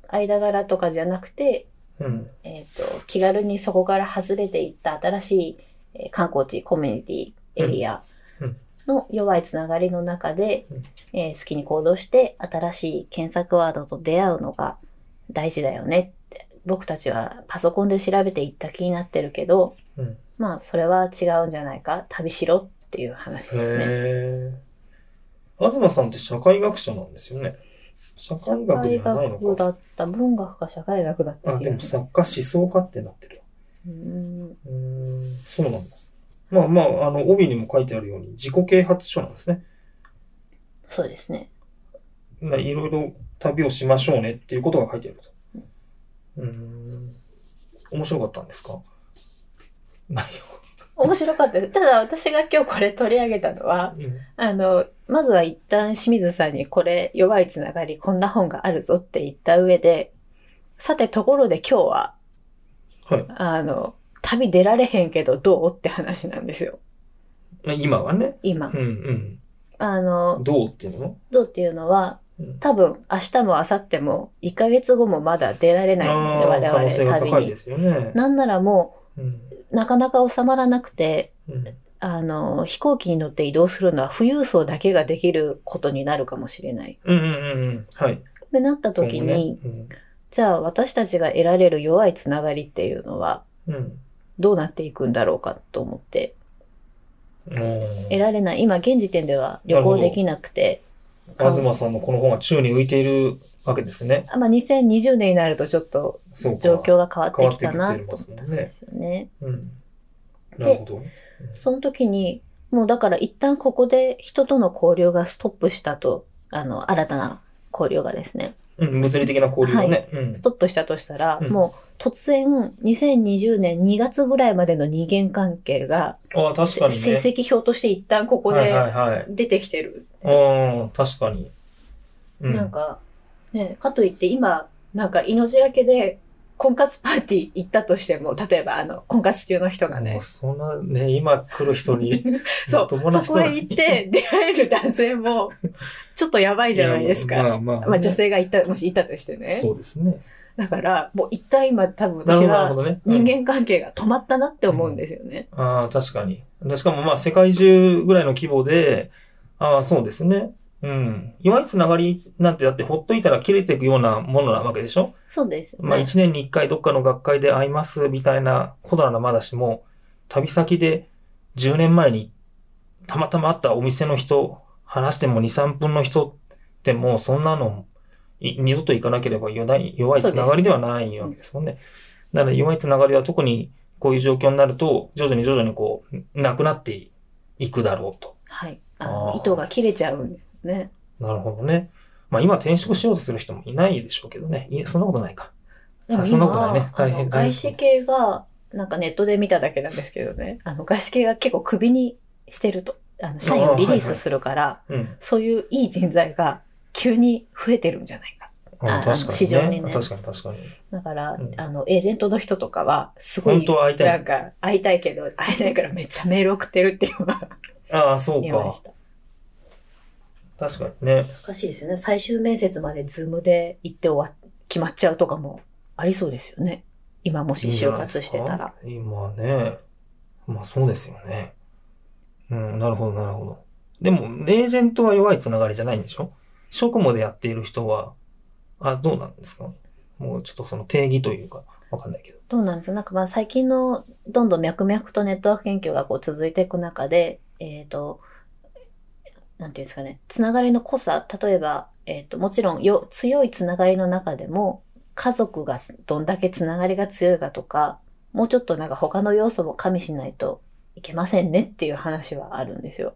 Speaker 1: 間柄とかじゃなくて、
Speaker 2: うん。
Speaker 1: えっ、と、気軽にそこから外れていった新しいえー観光地、コミュニティ、エリア
Speaker 2: うんうん
Speaker 1: の弱いつながりの中で
Speaker 2: うん、
Speaker 1: えー好きに行動して新しい検索ワードと出会うのが大事だよねって。僕たちはパソコンで調べていった気になってるけど、
Speaker 2: うん。
Speaker 1: まあ、それは違うんじゃないか。旅しろっていう話ですね。
Speaker 2: へー。東さんって社会学者なんですよね。社会学じゃないの
Speaker 1: 学
Speaker 2: か。
Speaker 1: だった、文学か社会学だった
Speaker 2: あ、
Speaker 1: 気
Speaker 2: で
Speaker 1: が
Speaker 2: も
Speaker 1: する
Speaker 2: 作家思想家ってなってる。
Speaker 1: うん
Speaker 2: うーんそうなんだ。まあまあ、あの、帯にも書いてあるように、自己啓発書なんですね。
Speaker 1: そうですね。
Speaker 2: ないろいろ旅をしましょうねっていうことが書いてあると。うーん。面白かったんですか内
Speaker 1: 面白かったです。ただ私が今日これ取り上げたのは、
Speaker 2: 容。うん
Speaker 1: あの、まずは一旦清水さんにこれ弱いつながり、こんな本があるぞって言った上で、さて、ところで今日は、
Speaker 2: はい
Speaker 1: あの、旅出られへんけどどうって話なんですよ。
Speaker 2: まあ今はね。
Speaker 1: 今
Speaker 2: う。ん
Speaker 1: あ
Speaker 2: うん。
Speaker 1: の、
Speaker 2: どうっていうの
Speaker 1: どうっていうのは
Speaker 2: うん、
Speaker 1: 多分明日も明後日も1ヶ月後もまだ出られないので、
Speaker 2: ああ、可能
Speaker 1: 我
Speaker 2: 性
Speaker 1: 々
Speaker 2: が
Speaker 1: 旅
Speaker 2: 高い
Speaker 1: に
Speaker 2: で。すよね。
Speaker 1: なんならも
Speaker 2: うん。
Speaker 1: う、なかなか収まらなくて、
Speaker 2: うん
Speaker 1: あの、飛行機に乗って移動するのは富裕層だけができることになるかもしれない。
Speaker 2: うんうんうんうん。はい。
Speaker 1: で、なった時
Speaker 2: 今後
Speaker 1: に、
Speaker 2: ねうん
Speaker 1: じゃあ私たちが得られる弱いつながりっていうのは
Speaker 2: うん。
Speaker 1: どうなっていくんだろうかと思って、
Speaker 2: うん
Speaker 1: 得られない、今現時点では旅行できなくて、
Speaker 2: 東さんのこの本は宙に浮いているわけですね。
Speaker 1: あまあ、2020年になるとちょっと
Speaker 2: そうか。
Speaker 1: 状況が変わってきた
Speaker 2: 変わ
Speaker 1: な
Speaker 2: って
Speaker 1: と
Speaker 2: きて
Speaker 1: 思った
Speaker 2: ますもん
Speaker 1: んで
Speaker 2: ね。
Speaker 1: すよね。
Speaker 2: うん。なるほど。
Speaker 1: その時に、もうだから一旦ここで人との交流がストップしたと、あの、新たな交流がですね、
Speaker 2: うん、物理的な交流がね。うん
Speaker 1: ストップしたとしたら、
Speaker 2: うん
Speaker 1: もう突然2020年2月ぐらいまでの二元関係が
Speaker 2: ああ、確かにね。
Speaker 1: 成績表として一旦ここ
Speaker 2: はい
Speaker 1: で
Speaker 2: はいはい。
Speaker 1: 出てきてる。
Speaker 2: うん、確かに。う
Speaker 1: なんか、ね、かといって今、なんか命がけで婚活パーティー行ったとしても、例えばあの、婚活中の人が
Speaker 2: も
Speaker 1: ね
Speaker 2: う、そんなね、今来る人に、
Speaker 1: そ
Speaker 2: まとも
Speaker 1: う、
Speaker 2: な
Speaker 1: そ
Speaker 2: 人
Speaker 1: こへ行って出会える男性も、ちょっとやばいじゃないですか。
Speaker 2: やまあまあ、
Speaker 1: まあ女性が行った、もし行ったとしてね。
Speaker 2: そうですね。
Speaker 1: だから、もう一旦今多分
Speaker 2: なるほ
Speaker 1: 私
Speaker 2: ど、なるほ
Speaker 1: は
Speaker 2: どね。
Speaker 1: 人
Speaker 2: うん
Speaker 1: 間関係が止まったなって思うんですよね。
Speaker 2: ああ、確かに。でしかもまあ、世界中ぐらいの規模で、ああ、そうですね。うん。弱いつながりなんて、だってほっといたら切れていくようなものなわけでしょ
Speaker 1: そうですよね。
Speaker 2: まあ、一年に一回どっかの学会で会いますみたいなことならまだしも、旅先で10年前にたまたま会ったお店の人、話しても2、3分の人ってもうそんなのい二度と行かなければ弱い弱いつながりではないわけですもんね。だから弱いつながりは特にこういう状況になると、徐々に徐々にこう、なくなっていくだろうと。
Speaker 1: はい。あの
Speaker 2: あー
Speaker 1: 糸が切れちゃうんだよね。
Speaker 2: なるほどね。まあ今転職しようとする人もいないでしょうけどね。いえそんなことないか。
Speaker 1: でも
Speaker 2: そんなこと
Speaker 1: 今、
Speaker 2: ないね大
Speaker 1: あの
Speaker 2: 変大変
Speaker 1: 外資系が、なんかネットで見ただけなんですけどね、あの外資系が結構クビにしてると。あの社員をリリースするから、
Speaker 2: うん。
Speaker 1: そういういい人材が急に増えてるんじゃないか。あ
Speaker 2: あ確
Speaker 1: あの
Speaker 2: か
Speaker 1: 市
Speaker 2: に
Speaker 1: 場に
Speaker 2: ね。
Speaker 1: ね
Speaker 2: 確かに確かに。
Speaker 1: だから、
Speaker 2: うん
Speaker 1: あの、エージェントの人とかは、すごい、
Speaker 2: 本当は会いた
Speaker 1: ないん。か、会いたいけど、会えないからめっちゃメール送ってるっていうのが
Speaker 2: ああ、そう
Speaker 1: 言いま
Speaker 2: か
Speaker 1: し。た。
Speaker 2: 確かにね。
Speaker 1: おかしいですよね。最終面接までズームで行って終わっ、決まっちゃうとかもありそうですよね。今もし就活してたら。
Speaker 2: いいんじゃないですか。今ね。まあそうですよね。うん、なるほど、なるほど。でも、エージェントは弱いつながりじゃないんでしょ職務でやっている人は、あ、どうなんですかもうちょっとその定義というか、わかんないけど。
Speaker 1: どうなんですかなんかまあ最近のどんどん脈々とネットワーク研究がこう続いていく中で、えっ、と、なんていうんですかね、つながりの濃さ、例えば、えっ、と、もちろんよ強いつながりの中でも、家族がどんだけつながりが強いかとか、もうちょっとなんか他の要素も加味しないといけませんねっていう話はあるんですよ。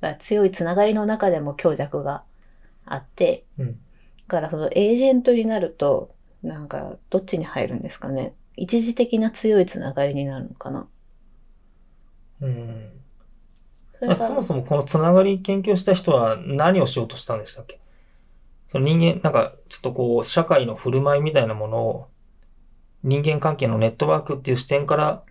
Speaker 1: だから強いつながりの中でも強弱があって、
Speaker 2: うん
Speaker 1: だからそのエージェントになると、なんかどっちに入るんですかね。一時的な強いつながりになるのかな。
Speaker 2: うん。
Speaker 1: それ
Speaker 2: あ
Speaker 1: か
Speaker 2: そもそもこのつながり研究した人は何をしようとしたんでしたっけその人間、なんかちょっとこう、社会の振る舞いみたいなものを人間関係のネットワークっていう視点から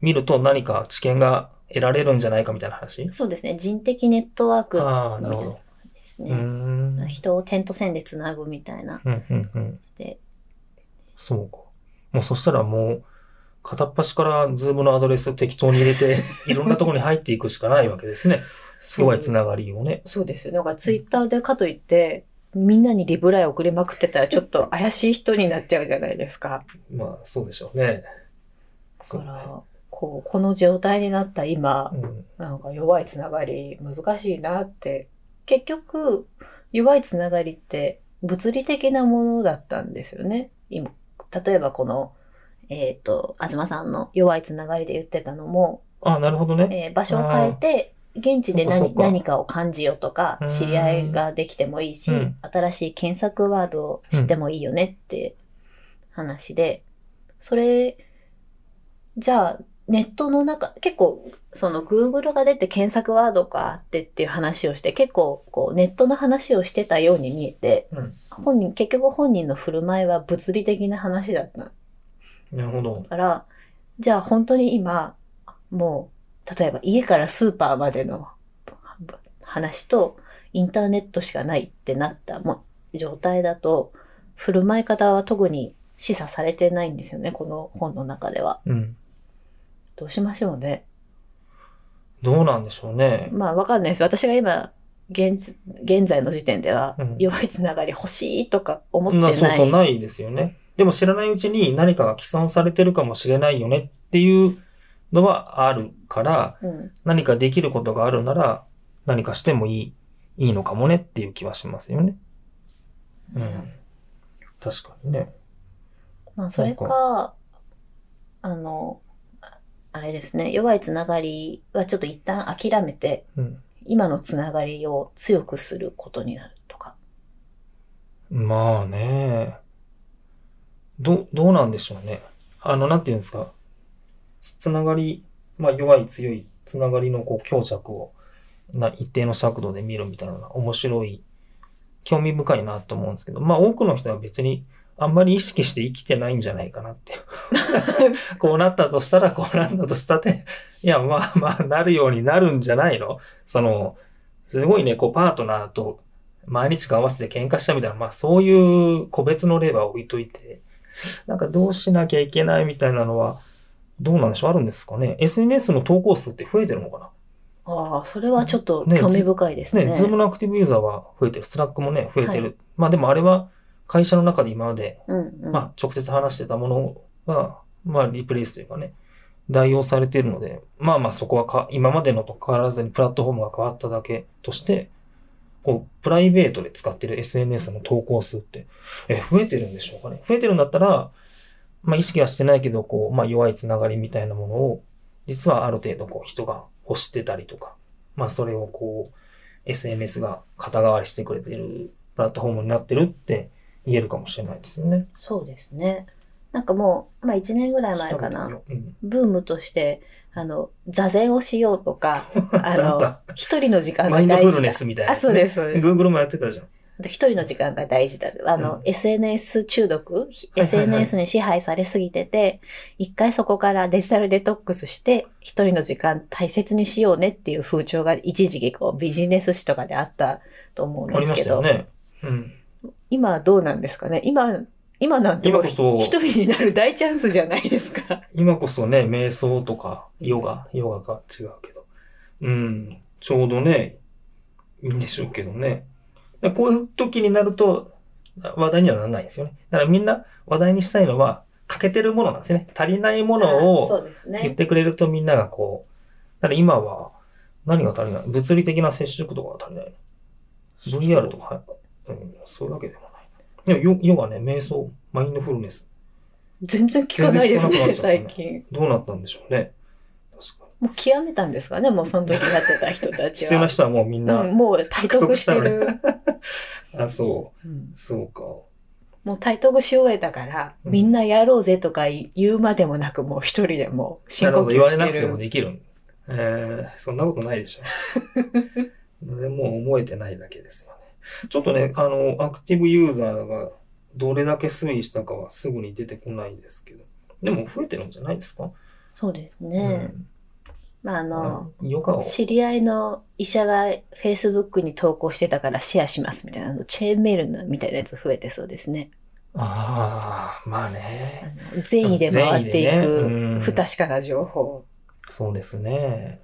Speaker 2: 見ると何か知見が得られるんじゃないかみたいな話
Speaker 1: そうですね。人的ネットワーク
Speaker 2: ああ、なるほど。
Speaker 1: です
Speaker 2: う
Speaker 1: ね。
Speaker 2: ーん。うん、
Speaker 1: 人を点と線でつなぐみたいな。
Speaker 2: うん、うん。
Speaker 1: で
Speaker 2: そうか。もうそしたらもう、片っ端からズームのアドレス適当に入れて、 いろんなところに入っていくしかないわけですね。弱いつながりをね。
Speaker 1: そうですよね。なんかツイッターでかといって、みんなにリプライ送りまくってたらちょっと怪しい人になっちゃうじゃないですか。
Speaker 2: まあ、そうでしょうね。
Speaker 1: だ
Speaker 2: そ
Speaker 1: か
Speaker 2: うね
Speaker 1: ら、こう、この状態になった今、
Speaker 2: うん
Speaker 1: なんか弱いつながり難しいなって。結局、弱いつながりって物理的なものだったんですよね。今、例えばこの、えっ、と、東さんの弱いつながりで言ってたのも、
Speaker 2: あ、なるほどね。
Speaker 1: えー場所を変えて、現地で
Speaker 2: そうかそ
Speaker 1: 何
Speaker 2: うか
Speaker 1: 何かを感じようとか
Speaker 2: うーん、
Speaker 1: 知り合いができてもいいし、
Speaker 2: うん
Speaker 1: 新しい検索ワードを知ってもいいよねって話で、それ、じゃあネットの中、結構、その Google が出て検索ワードがあってっていう話をして、結構こうネットの話をしてたように見えて、
Speaker 2: うん
Speaker 1: 本人、結局本人の振る舞いは物理的な話だった
Speaker 2: なるほど。
Speaker 1: から、じゃあ本当に今、もう、例えば家からスーパーまでの話と、インターネットしかないってなったもう状態だと、振る舞い方は特に示唆されてないんですよね、この本の中では。
Speaker 2: うん。
Speaker 1: どうしましょうね。
Speaker 2: どうなんでしょうね。
Speaker 1: まあわかんないです。私が今、現現在の時点では
Speaker 2: うん、
Speaker 1: 弱いつながり欲しいとか思って
Speaker 2: な
Speaker 1: ない。
Speaker 2: そうそう、ないですよね。でも知らないうちに何かが既存されてるかもしれないよねっていうのはあるから、
Speaker 1: うん、
Speaker 2: 何かできることがあるなら何かしてもいい、いいのかもねっていう気はしますよね。うん。確かにね。
Speaker 1: まあ、それか、あの、あれですね、弱いつながりはちょっと一旦諦めて、
Speaker 2: うん。
Speaker 1: 今のつながりを強くすることになるとか。
Speaker 2: まあね。ど、どうなんでしょうね。あの、なんていうんですか。つながり、まあ弱い強いつながりのこう強弱をな一定の尺度で見るみたいなのは面白い、興味深いなと思うんですけど、まあ多くの人は別にあんまり意識して生きてないんじゃないかなって。こうなったとしたら、こうなったとしたって、いや、まあまあ、なるようになるんじゃないのその、すごいね、こう、パートナーと毎日が合わせて喧嘩したみたいな、まあそういう個別の例は置いといて、なんかどうしなきゃいけないみたいなのは、どうなんでしょうあるんですかね ?SNS の投稿数って増えてるのか
Speaker 1: ああ、それはちょっと
Speaker 2: ね
Speaker 1: 興味深いです
Speaker 2: な
Speaker 1: ね。
Speaker 2: ね、ズームのアクティブユーザーは増えてる。スラックもね、増えてる。まあでもあれは会社の中で今まで
Speaker 1: うんうん。
Speaker 2: まあ、直接話してたものが、まあ、リプレイスというかね、代用されているので、まあまあそこはか、今までのと変わらずにプラットフォームが変わっただけとして、こう、プライベートで使ってる SNS の投稿数って、え、増えてるんでしょうかね。増えてるんだったら、まあ意識はしてないけど、こう、まあ弱いつながりみたいなものを、実はある程度こう人が欲してたりとか、まあそれをこう、SNS が肩代わりしてくれてるプラットフォームになってるって言えるかもしれないですよね。
Speaker 1: そうですね。なんかもう、まあ1年ぐらい前かな。
Speaker 2: うん。
Speaker 1: ブームとして、あの、座禅をしようとか、あ
Speaker 2: あっ
Speaker 1: の
Speaker 2: た、
Speaker 1: 一人の時間
Speaker 2: マ
Speaker 1: が
Speaker 2: インド
Speaker 1: 大
Speaker 2: フル
Speaker 1: 事
Speaker 2: ネ
Speaker 1: だ。
Speaker 2: スみたいな。
Speaker 1: あ、そうです、そうです。
Speaker 2: Google もやってたじゃん。
Speaker 1: あと一人の時間が大事だ。あの、
Speaker 2: うん
Speaker 1: SNS 中毒、ひ
Speaker 2: はいはいはい
Speaker 1: ?SNS に支配されすぎてて、一回そこからデジタルデトックスして、一人の時間大切にしようねっていう風潮が一時期こうビジネス誌とかであったと思うんで
Speaker 2: あり
Speaker 1: す
Speaker 2: ま
Speaker 1: け
Speaker 2: したよ
Speaker 1: ど、
Speaker 2: ね。うん。
Speaker 1: 今はどうなんですかね今、今なんてもう
Speaker 2: 今こそ
Speaker 1: 一人になる大チャンスじゃないですか。
Speaker 2: 今こそね、瞑想とか、ヨガ、ヨガが違うけど。うん。ちょうどね、いいんでしょうけどね。でこういう時になると、話題にはならないんですよね。だからみんな話題にしたいのは、欠けてるものなんですね。足りないもの
Speaker 1: あ
Speaker 2: を、
Speaker 1: そうです
Speaker 2: 言っ
Speaker 1: ね。
Speaker 2: てくれるとみんながこう、だから今は何が足りない物理的な接触とかが足りないの ?VR とか、はいうん、そういうわけでもない。でも、ヨヨガね、瞑想、マインドフルネス、
Speaker 1: 全然聞かないです
Speaker 2: 全然聞かなくな
Speaker 1: ね、
Speaker 2: っちゃったね
Speaker 1: 最近。
Speaker 2: どうなったんでしょうね。確かに。
Speaker 1: もう極めたんですかねもうその時やってた人 たち
Speaker 2: 必要な
Speaker 1: は。
Speaker 2: 人はもうみんな、
Speaker 1: うん、もう 体得してる。
Speaker 2: あ、そう、
Speaker 1: うん
Speaker 2: そうか。
Speaker 1: もう体得し終えたから、
Speaker 2: うん
Speaker 1: みんなやろうぜとか言うまでもなく、もう一人でもう深
Speaker 2: なる
Speaker 1: 呼
Speaker 2: ほど、
Speaker 1: 吸
Speaker 2: 言われな
Speaker 1: し
Speaker 2: く
Speaker 1: て
Speaker 2: ても
Speaker 1: る。
Speaker 2: できる。えー、そんなことないでしょ。でもう思えてないだけですよね。ちょっとね、あの、アクティブユーザーがどれだけ推移したかはすぐに出てこないんですけど。でも増えてるんじゃないですか
Speaker 1: そうですね。まあ、あ
Speaker 2: うん。
Speaker 1: の、
Speaker 2: ヨガを。
Speaker 1: 知り合いの医者が Facebook に投稿してたからシェアしますみたいな、あのチェーンメールのみたいなやつ増えてそうですね。
Speaker 2: ああ、まあ
Speaker 1: あ
Speaker 2: ね。
Speaker 1: の善意で回ってい
Speaker 2: 善意でねう
Speaker 1: く
Speaker 2: ん
Speaker 1: 不確かな情報。
Speaker 2: そうですね。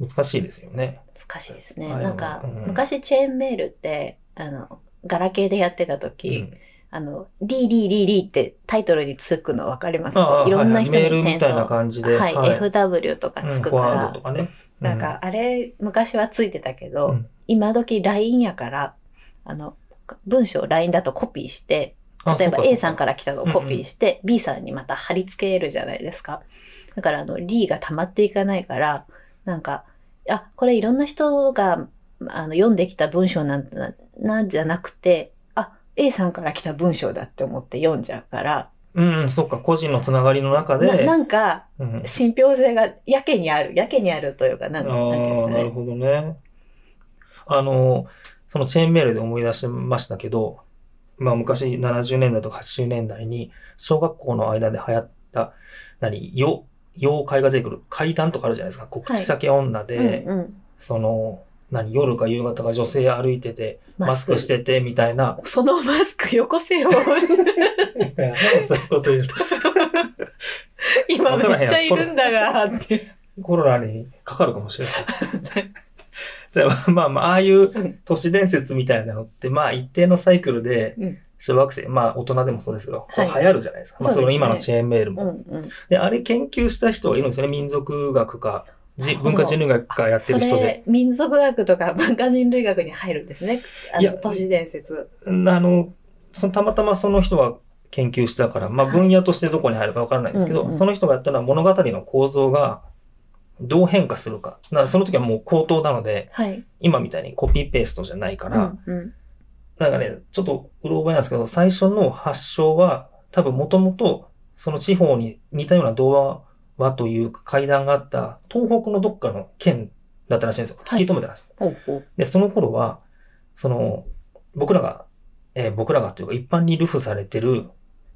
Speaker 2: 難しいですよね。
Speaker 1: 難しいですね。
Speaker 2: はい
Speaker 1: なんか
Speaker 2: うん、
Speaker 1: 昔チェーンメールって、あの、ガラケーでやってた時、
Speaker 2: うん
Speaker 1: あの、DDDD ってタイトルにつくの分かります
Speaker 2: あ
Speaker 1: か
Speaker 2: あ
Speaker 1: いろんな人に
Speaker 2: はいはいメー
Speaker 1: 転
Speaker 2: ルみたいな
Speaker 1: 送。
Speaker 2: 感じで。
Speaker 1: はい、
Speaker 2: はい
Speaker 1: FW とか
Speaker 2: う
Speaker 1: つ
Speaker 2: ん
Speaker 1: く
Speaker 2: フォ
Speaker 1: か
Speaker 2: ワー
Speaker 1: ら
Speaker 2: ド、とかね。
Speaker 1: なんかあれ昔はついてたけ
Speaker 2: う
Speaker 1: ど、
Speaker 2: ん、うん
Speaker 1: 今時 LINE やからあの文章を LINE だとコピーして
Speaker 2: あ
Speaker 1: 例えば
Speaker 2: そうかそう
Speaker 1: A さんから来たのをコ
Speaker 2: うんう
Speaker 1: ピー
Speaker 2: ん
Speaker 1: して、B さんにまた貼り付けるじゃないですかだからあの D が溜まっていかないからなんかあこれいろんな人があの読んできた文章なんだなじゃなくてあ A さんから来た文章だって思って読んじゃうから
Speaker 2: うん、そっか、個人のつながりの中
Speaker 1: な
Speaker 2: で、
Speaker 1: なんか、
Speaker 2: うん、
Speaker 1: 信憑性がやけにある。やけにあるというか、なん
Speaker 2: あ
Speaker 1: なんていうんです
Speaker 2: あ、
Speaker 1: か
Speaker 2: なる
Speaker 1: ね。
Speaker 2: ほどね。あの、そのチェーンメールで思い出しましたけど、まあ昔70年代とか80年代に小学校の間で流行った、何、よ妖怪が出てくる怪談とかあるじゃないですか。こう
Speaker 1: はい
Speaker 2: 口先女で、
Speaker 1: うんうん。
Speaker 2: その、何、夜か夕方か女性歩いてて、マスクしててみたいな。
Speaker 1: そのマスクよこせよ。
Speaker 2: そういうこと言う。
Speaker 1: 今めっちゃいるんだが、 って。
Speaker 2: コロナにかかるかもしれない。じゃあ、まあまあ、ああいう都市伝説みたいなのって、まあ一定のサイクルで
Speaker 1: うん、
Speaker 2: 小学生、まあ大人でもそうですけど、こう
Speaker 1: はい
Speaker 2: 流行るじゃないですか。まあ
Speaker 1: そ
Speaker 2: そう
Speaker 1: です
Speaker 2: の
Speaker 1: ね
Speaker 2: 今のチェーンメール
Speaker 1: うん
Speaker 2: も。
Speaker 1: うん。
Speaker 2: で、あれ研究した人がいるんですよね。民族学か、じ
Speaker 1: なるほど
Speaker 2: 文化人類学かやってる人
Speaker 1: そ
Speaker 2: で。
Speaker 1: れ、民族学とか文化人類学に入るんですね。あ
Speaker 2: いや
Speaker 1: の、都市伝説。
Speaker 2: うんあの、そのたまたまその人が研究したから、まあ
Speaker 1: はい
Speaker 2: 分野としてどこに入るかわからないんですけ
Speaker 1: うんう
Speaker 2: ど、
Speaker 1: ん
Speaker 2: その人がやったのは物語の構造がどう変化するか。だからその時はもう口頭なので、
Speaker 1: はい。
Speaker 2: 今みたいにコピーペーストじゃないから、
Speaker 1: うんうん
Speaker 2: なんかね、ちょっとうろ覚えなんですけど、最初の発祥は、多分もともと、その地方に似たような童話はというか階段があった、東北のどっかの県だったらしいんですよ。突き止めたらしい。
Speaker 1: ほうほう。
Speaker 2: で、その頃は、その、僕らが、えー僕らがというか一般に流布されてる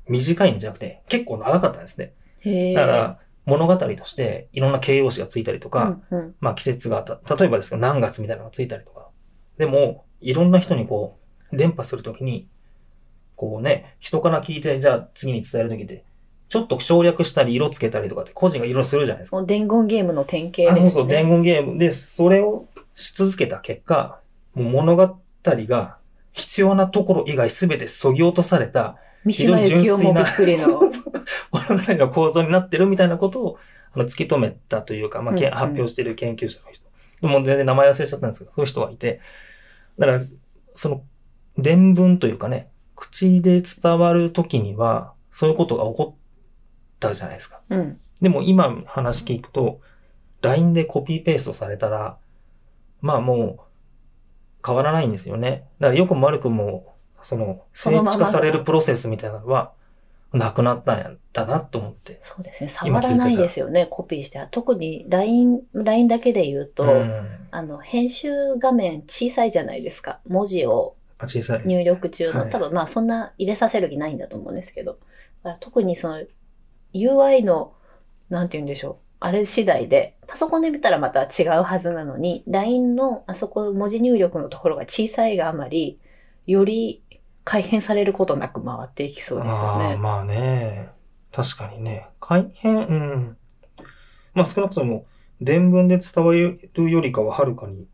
Speaker 2: 短いんじゃなくて、結構長かったんですね。
Speaker 1: へえ。
Speaker 2: だから、物語としていろんな形容詞がついたりとか、
Speaker 1: うんうん
Speaker 2: まあ季節がた、例えばですけど何月みたいなのがついたりとか。でも、いろんな人にこう、伝播するときに、こうね、人から聞いて、じゃあ次に伝えるときって、ちょっと省略したり色つけたりとかって個人がいろいろするじゃないですか。
Speaker 1: もう伝言ゲームの典型で
Speaker 2: あ
Speaker 1: す
Speaker 2: そ
Speaker 1: ね。
Speaker 2: うそう、伝言ゲームで、それをし続けた結果、もう物語が必要なところ以外全て削ぎ落とされた、
Speaker 1: 三島由紀夫もびっくりの。
Speaker 2: そうそう 物語の構造になってるみたいなことをあの突き止めたというか、まあ、け
Speaker 1: うんうん
Speaker 2: 発表してる研究者の人。もう全然名前忘れちゃったんですけど、そういう人がいて。だから、その、伝聞というかね、口で伝わるときには、そういうことが起こったじゃないですか。
Speaker 1: うん。
Speaker 2: でも今話聞くと、LINE でコピーペーストされたら、まあもう変わらないんですよね。だからよくも悪くも、その、
Speaker 1: そ
Speaker 2: 聖
Speaker 1: のまま
Speaker 2: 地化されるプロセスみたいなのは、なくなったんや、だなと思って。
Speaker 1: そうですね。触らないですよね、コピーして。特に LINE、LINE だけで言うと、
Speaker 2: うん
Speaker 1: あの、編集画面小さいじゃないですか。文字を
Speaker 2: あ、小さい。
Speaker 1: 入力中の、
Speaker 2: はい
Speaker 1: 多分まあそんな入れさせる気ないんだと思うんですけど、だから特にその UI の、なんて言うんでしょう、あれ次第で、パソコンで見たらまた違うはずなのに、LINE のあそこ文字入力のところが小さいがあまり、より改変されることなく回っていきそうですよ
Speaker 2: ああ、
Speaker 1: ね。
Speaker 2: まあね。確かにね。改変、うん。まあ少なくとも、伝聞で伝わるよりかははるかに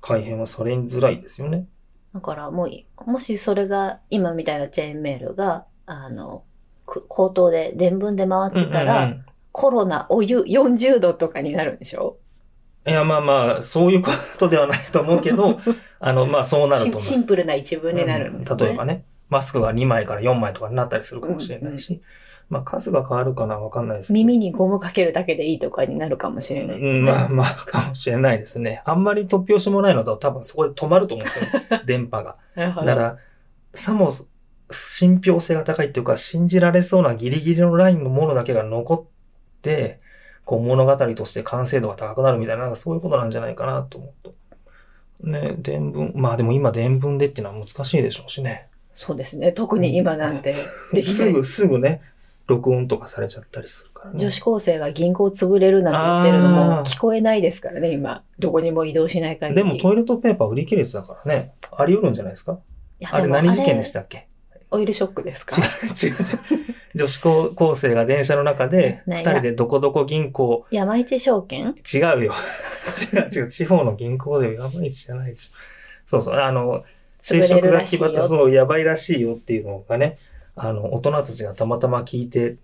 Speaker 2: 改変はされづらいですよね。
Speaker 1: だからもうい、もしそれが今みたいなチェーンメールが、あの、く口頭で、伝文で回ってたら、
Speaker 2: うんうんうん
Speaker 1: コロナお湯40度とかになるんでしょ
Speaker 2: いや、まあまあ、そういうことではないと思うけ ど、あの、まあ、そうなると思います。
Speaker 1: シンシンプルな一文になるんです、ね
Speaker 2: うん例えばね、マスクが2枚から4枚とかになったりするかもしれないし、まあ、数が変わるかなわかんないですけど。
Speaker 1: 耳にゴムかけるだけでいいとかになるかもしれないです
Speaker 2: うん
Speaker 1: ね。
Speaker 2: まあまあ、かもしれないですね。あんまり突拍子もないのだと多分そこで止まると思うんですよ、 ね、電波が。
Speaker 1: なるほど。
Speaker 2: だから、さも信憑性が高いっていうか、信じられそうなギリギリのラインのものだけが残って、こう物語として完成度が高くなるみたいな、なんかそういうことなんじゃないかなと思うと。ね、伝聞、まあでも今伝聞でっていうのは難しいでしょうしね。
Speaker 1: そうですね。特に今なんてできな
Speaker 2: す
Speaker 1: い。
Speaker 2: ぐ、すぐね、録音とかされちゃったりするからね。
Speaker 1: 女子高生が銀行潰れるなんて言ってるのも
Speaker 2: あー
Speaker 1: 聞こえないですからね、今。どこにも移動しない限り。
Speaker 2: でもトイレットペーパー売り切れてたからね、あり得るんじゃないですか
Speaker 1: いや
Speaker 2: あれ何事件でし
Speaker 1: でも
Speaker 2: たっけ
Speaker 1: あれオイルショックですか
Speaker 2: 違う違う違う。女子高校生が電車の中で、
Speaker 1: な
Speaker 2: 二
Speaker 1: い
Speaker 2: 人でどこどこ銀行、
Speaker 1: 山一証券
Speaker 2: 違うよ。 違う違う。地方の銀行でやばいじゃないでしょ。そうそう。あの、
Speaker 1: 潰
Speaker 2: 就
Speaker 1: れ
Speaker 2: 職
Speaker 1: る
Speaker 2: が
Speaker 1: らし
Speaker 2: 決
Speaker 1: いよ
Speaker 2: まった、そう、やばいらしいよっていうのがね、あの、大人たちがたまたま聞いて、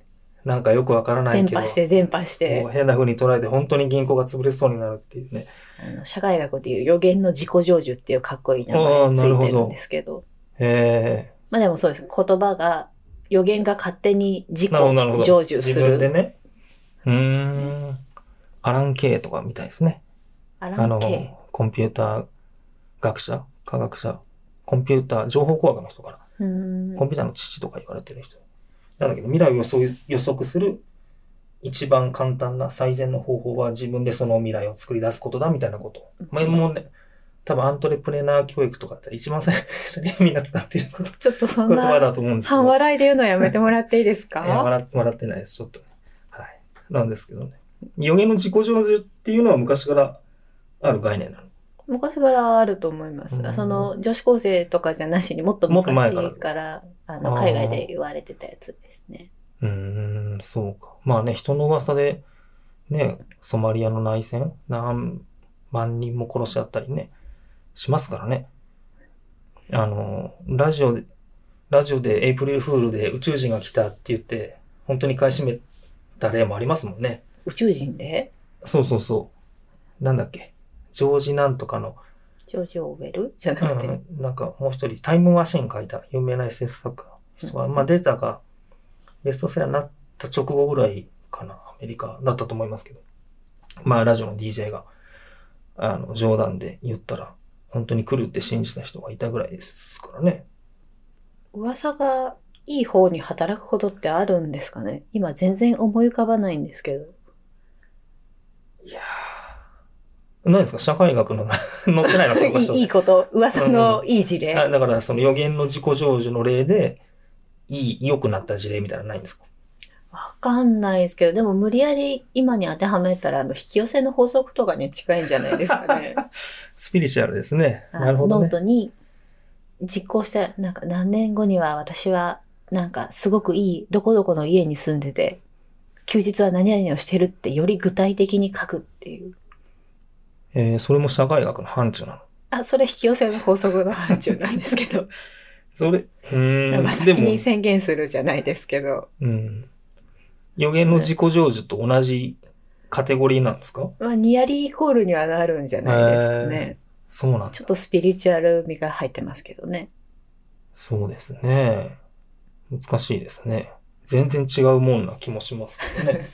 Speaker 2: なんかよくわからない
Speaker 1: 電
Speaker 2: けど、
Speaker 1: 波して、電波し
Speaker 2: も
Speaker 1: て
Speaker 2: う、変な風に捉えて、本当に銀行が潰れそうになるっていうね。
Speaker 1: あの社会学でいう予言の自己成就っていうかっこいい名前がついてるんですけど。
Speaker 2: え
Speaker 1: まあでもそうです。言葉が、予言が勝手に自己
Speaker 2: ー、なるほど、なるほ
Speaker 1: 成
Speaker 2: ど。
Speaker 1: 就す
Speaker 2: 自分で
Speaker 1: る。
Speaker 2: ね。うーん。アラン・ケイとかみたいですね。
Speaker 1: ア
Speaker 2: あ
Speaker 1: ラン・ケイ。
Speaker 2: の、コンピューター学者科学者コンピューター、情報工学の人かな。
Speaker 1: うーん
Speaker 2: コンピューターの父とか言われてる人。なんだけど、未来を予想予測する一番簡単な最善の方法は自分でその未来を作り出すことだみたいなこと。前もね、多分アントレプレナー教育とかって一番最初にみんな使っていること
Speaker 1: ちょっとそん
Speaker 2: 言葉
Speaker 1: な、
Speaker 2: だと思うんですけど。
Speaker 1: 半笑いで言うのやめてもらっていいです
Speaker 2: い
Speaker 1: か
Speaker 2: や笑笑ってないです、ちょっと。はい。なんですけどね。予言の自己成就っていうのは昔からある概念なの。
Speaker 1: 昔からあると思います
Speaker 2: う。ん
Speaker 1: その、女子高生とかじゃなしにもっと
Speaker 2: もっと前
Speaker 1: 昔
Speaker 2: か
Speaker 1: か
Speaker 2: ら
Speaker 1: ら、あの、
Speaker 2: あー
Speaker 1: 海外で言われてたやつですね。
Speaker 2: うーん、そうか。まあね、人の噂で、ね、ソマリアの内戦、何万人も殺し合ったりね、しますからね。あの、ラジオで、ラジオでエイプリルフールで宇宙人が来たって言って、本当に買い占めた例もありますもんね。
Speaker 1: 宇宙人で
Speaker 2: そうそうそう。なんだっけ。ジョージなんとかの、
Speaker 1: ジョージ・オーウェルじゃなくて。
Speaker 2: うん、なんかもう一人、タイムマシン書いた有名な SF 作家の人は、
Speaker 1: うん
Speaker 2: まあデータがベストセラーになった直後ぐらいかな、アメリカだったと思いますけど、まあラジオの DJ が、あの、冗談で言ったら、本当に来るって信じた人がいたぐらいですからね。
Speaker 1: 噂がいい方に働くことってあるんですかね今全然思い浮かばないんですけど。
Speaker 2: いやー。何ですか社会学の載ってないの 教科書 で
Speaker 1: いいいいこと、噂のいい事例。
Speaker 2: あだからその予言の自己成就の例で、いい、良くなった事例みたいなのないんですか
Speaker 1: わかんないですけど、でも無理やり今に当てはめたら、あの、引き寄せの法則とかに近いんじゃないですかね。
Speaker 2: スピリチュアルですね。
Speaker 1: あ
Speaker 2: なるほど
Speaker 1: ノ
Speaker 2: ね
Speaker 1: ー。トに実行した、なんか何年後には私は、なんかすごくいい、どこどこの家に住んでて、休日は何々をしてるってより具体的に書くっていう。
Speaker 2: えーそれも社会学の範疇なの。
Speaker 1: あ、それ引き寄せの法則の範疇なんですけど、
Speaker 2: そ れ、うーん、
Speaker 1: まあ
Speaker 2: で
Speaker 1: 先
Speaker 2: も
Speaker 1: に、宣言するじゃないですけど、
Speaker 2: うん。予言の自己成就と同じカテゴリーなんですか
Speaker 1: まあニアリーイコールにはなるんじゃないですかね。
Speaker 2: そうなんだ
Speaker 1: ちょっとスピリチュアル味が入ってますけどね。
Speaker 2: そうですね。難しいですね。全然違うもんな気もしますけど ね。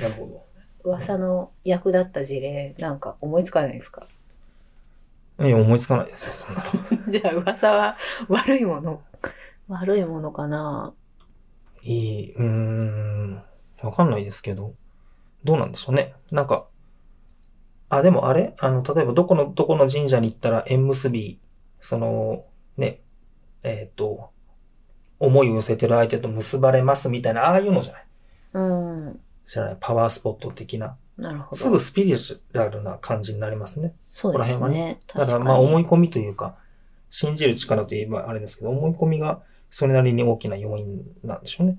Speaker 2: なるほど。
Speaker 1: 噂の役立った事例なんか思いつかないですか
Speaker 2: え、思いつかないですよ、そんな の。
Speaker 1: じゃあ噂は悪いもの悪いものかない
Speaker 2: い、うーん、わかんないですけど、どうなんでしょうね。なんか、あ、でもあれあの、例えばどこの、どこの神社に行ったら縁結び、その、ね、えっと、思いを寄せてる相手と結ばれますみたいな、ああいうのじゃない
Speaker 1: うん
Speaker 2: 知らない。パワースポット的な。
Speaker 1: なるほど
Speaker 2: すぐスピリチュアルな感じになりますね。
Speaker 1: そうです
Speaker 2: ここら辺
Speaker 1: ね
Speaker 2: だ
Speaker 1: 確
Speaker 2: か
Speaker 1: からに
Speaker 2: まあ思い込みというか、信じる力といえばあれですけど、思い込みがそれなりに大きな要因なんでしょうね。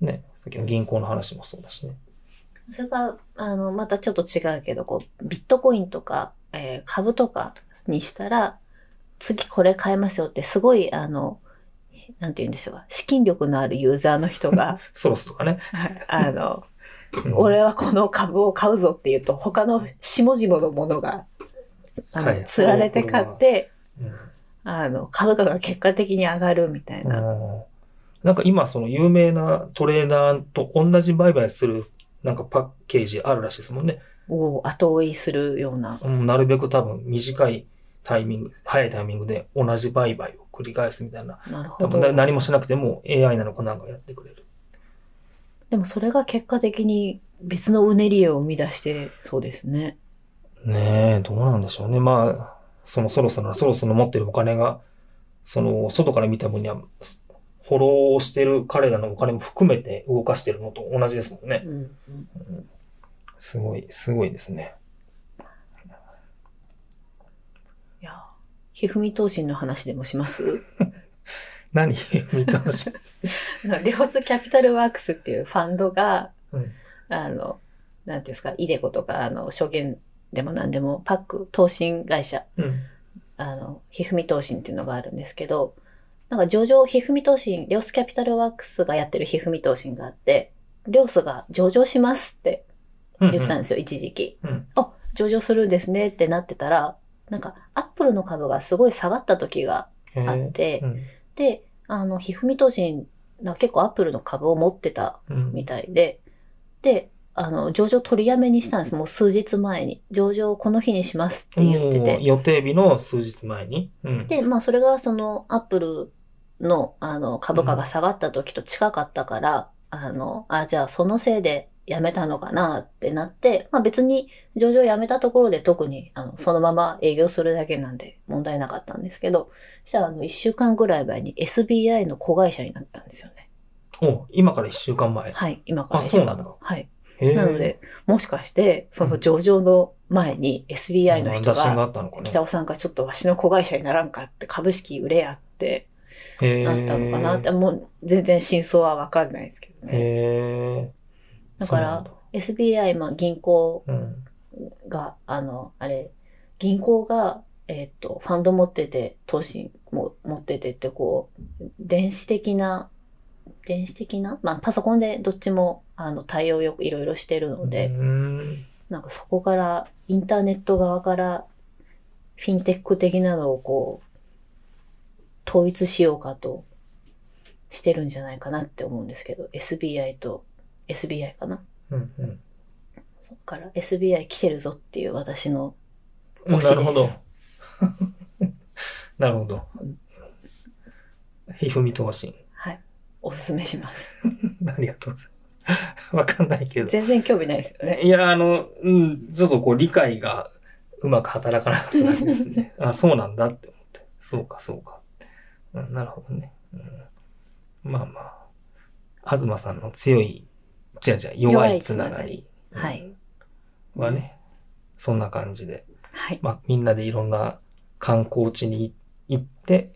Speaker 2: ね、さっきの銀行の話もそうだしね。
Speaker 1: それがあのまたちょっと違うけどこうビットコインとか、えー株とかにしたら次これ買えますよってすごいあのなんて言うんでしょうか資金力のあるユーザーの人 が
Speaker 2: ソロスとかね。
Speaker 1: あの
Speaker 2: うん
Speaker 1: 俺はこの株を買うぞって言うと、他の下々のものが、あの
Speaker 2: はい
Speaker 1: つられて買って、
Speaker 2: うん
Speaker 1: あの、株価が結果的に上がるみたい
Speaker 2: あ
Speaker 1: な。
Speaker 2: ーなんか今その有名なトレーダーと同じ売買するなんかパッケージあるらしいですもんね。
Speaker 1: を後追いするような。
Speaker 2: うんなるべく多分短いタイミング、早いタイミングで同じ売買を繰り返すみたいな。
Speaker 1: なるほ
Speaker 2: 多分な
Speaker 1: ど。
Speaker 2: 何もしなくても AI なのかなんかやってくれる。
Speaker 1: でもそれが結果的に別のうねりを生み出して、そうですね。
Speaker 2: ねえ、どうなんでしょうね。まあ、そのそろそろ、そろそろ持ってるお金が、その外から見た分には、フォローをしてる彼らのお金も含めて動かしてるのと同じですもんね。
Speaker 1: うん
Speaker 2: すごい、すごいですね。
Speaker 1: いや、ひふみ投信の話でもします
Speaker 2: 何 見た話
Speaker 1: あのレオスキャピタルワークスっていうファンドが、
Speaker 2: うん
Speaker 1: あの、なんていうんですか、イデコとか、あの、証券でも何でも、パック、投信会社
Speaker 2: うん。
Speaker 1: あの、ひふみ投信っていうのがあるんですけど、なんか上場、ひふみ投信、リョースキャピタルワークスがやってるひふみ投信があって、リョースが上場しますって
Speaker 2: うん
Speaker 1: 言ったんですよ、一時期。
Speaker 2: うん
Speaker 1: あ、上場するんですねってなってたら、なんか、アップルの株がすごい下がった時が
Speaker 2: へえ
Speaker 1: あって、
Speaker 2: うん
Speaker 1: で、あの、ひふみ投信、なんか結構アップルの株を持ってた
Speaker 2: うん
Speaker 1: みたいで、で、あの、上場取りやめにしたんです、もう数日前に。上場をこの日にしますって言ってて
Speaker 2: もう。予定日の数日前に。うん。
Speaker 1: で、まあ、それがそのアップルの、あの、株価が下がった時と近かったから、あの、あ、じゃあそのせいで辞めたのかなってなって、まあ別に上場辞めたところで特に、あの、そのまま営業するだけなんで問題なかったんですけど、そしたらあの、1週間ぐらい前に SBI の子会社になったんですよね。
Speaker 2: お、今から一週間前。
Speaker 1: はい、今から
Speaker 2: あ
Speaker 1: 一
Speaker 2: そ
Speaker 1: 週
Speaker 2: うな
Speaker 1: 間
Speaker 2: んだ
Speaker 1: の。はい。
Speaker 2: へえ
Speaker 1: なので、もしかして、その上場の前に SBI の人
Speaker 2: 打診が
Speaker 1: が、
Speaker 2: あったのかな。
Speaker 1: 北尾さんがちょっとわしの子会社にならんかって株式売れやって
Speaker 2: へえ
Speaker 1: なったのかなって、もう全然真相はわかんないですけどね。
Speaker 2: へえ
Speaker 1: だから SBI、まあ銀行
Speaker 2: そうなんだ
Speaker 1: が、あの、あれ、銀行が、えっ、と、ファンド持ってて、投資も持っててって、こう、電子的な、電子的な、まあ、パソコンでどっちも、あの、対応よくいろいろしてる
Speaker 2: う
Speaker 1: の
Speaker 2: ん。
Speaker 1: で、
Speaker 2: うん
Speaker 1: なんかそこから、インターネット側から、フィンテック的なのをこう、統一しようかと、してるんじゃないかなって思うんですけど、SBI と、SBI かな
Speaker 2: うんうん
Speaker 1: そっから SBI 来てるぞっていう私の
Speaker 2: うん
Speaker 1: 推しです
Speaker 2: なるほど。 なるほど。ひふみとわしん。
Speaker 1: はい。おすすめします。
Speaker 2: ありがとうございます。 わかんないけど。
Speaker 1: 全然興味ないですよね。
Speaker 2: いや、あの、うん、ちょっとこう理解がうまく働かなかっただけです ね。あ、そうなんだって思って。そうか、そうか。うん、なるほどね。うん、まあまあ、東さんの強い、じゃじゃ弱いつながり
Speaker 1: はい。
Speaker 2: はね、そんな感じで。
Speaker 1: はい。
Speaker 2: まあ、みんなでいろんな観光地に行って、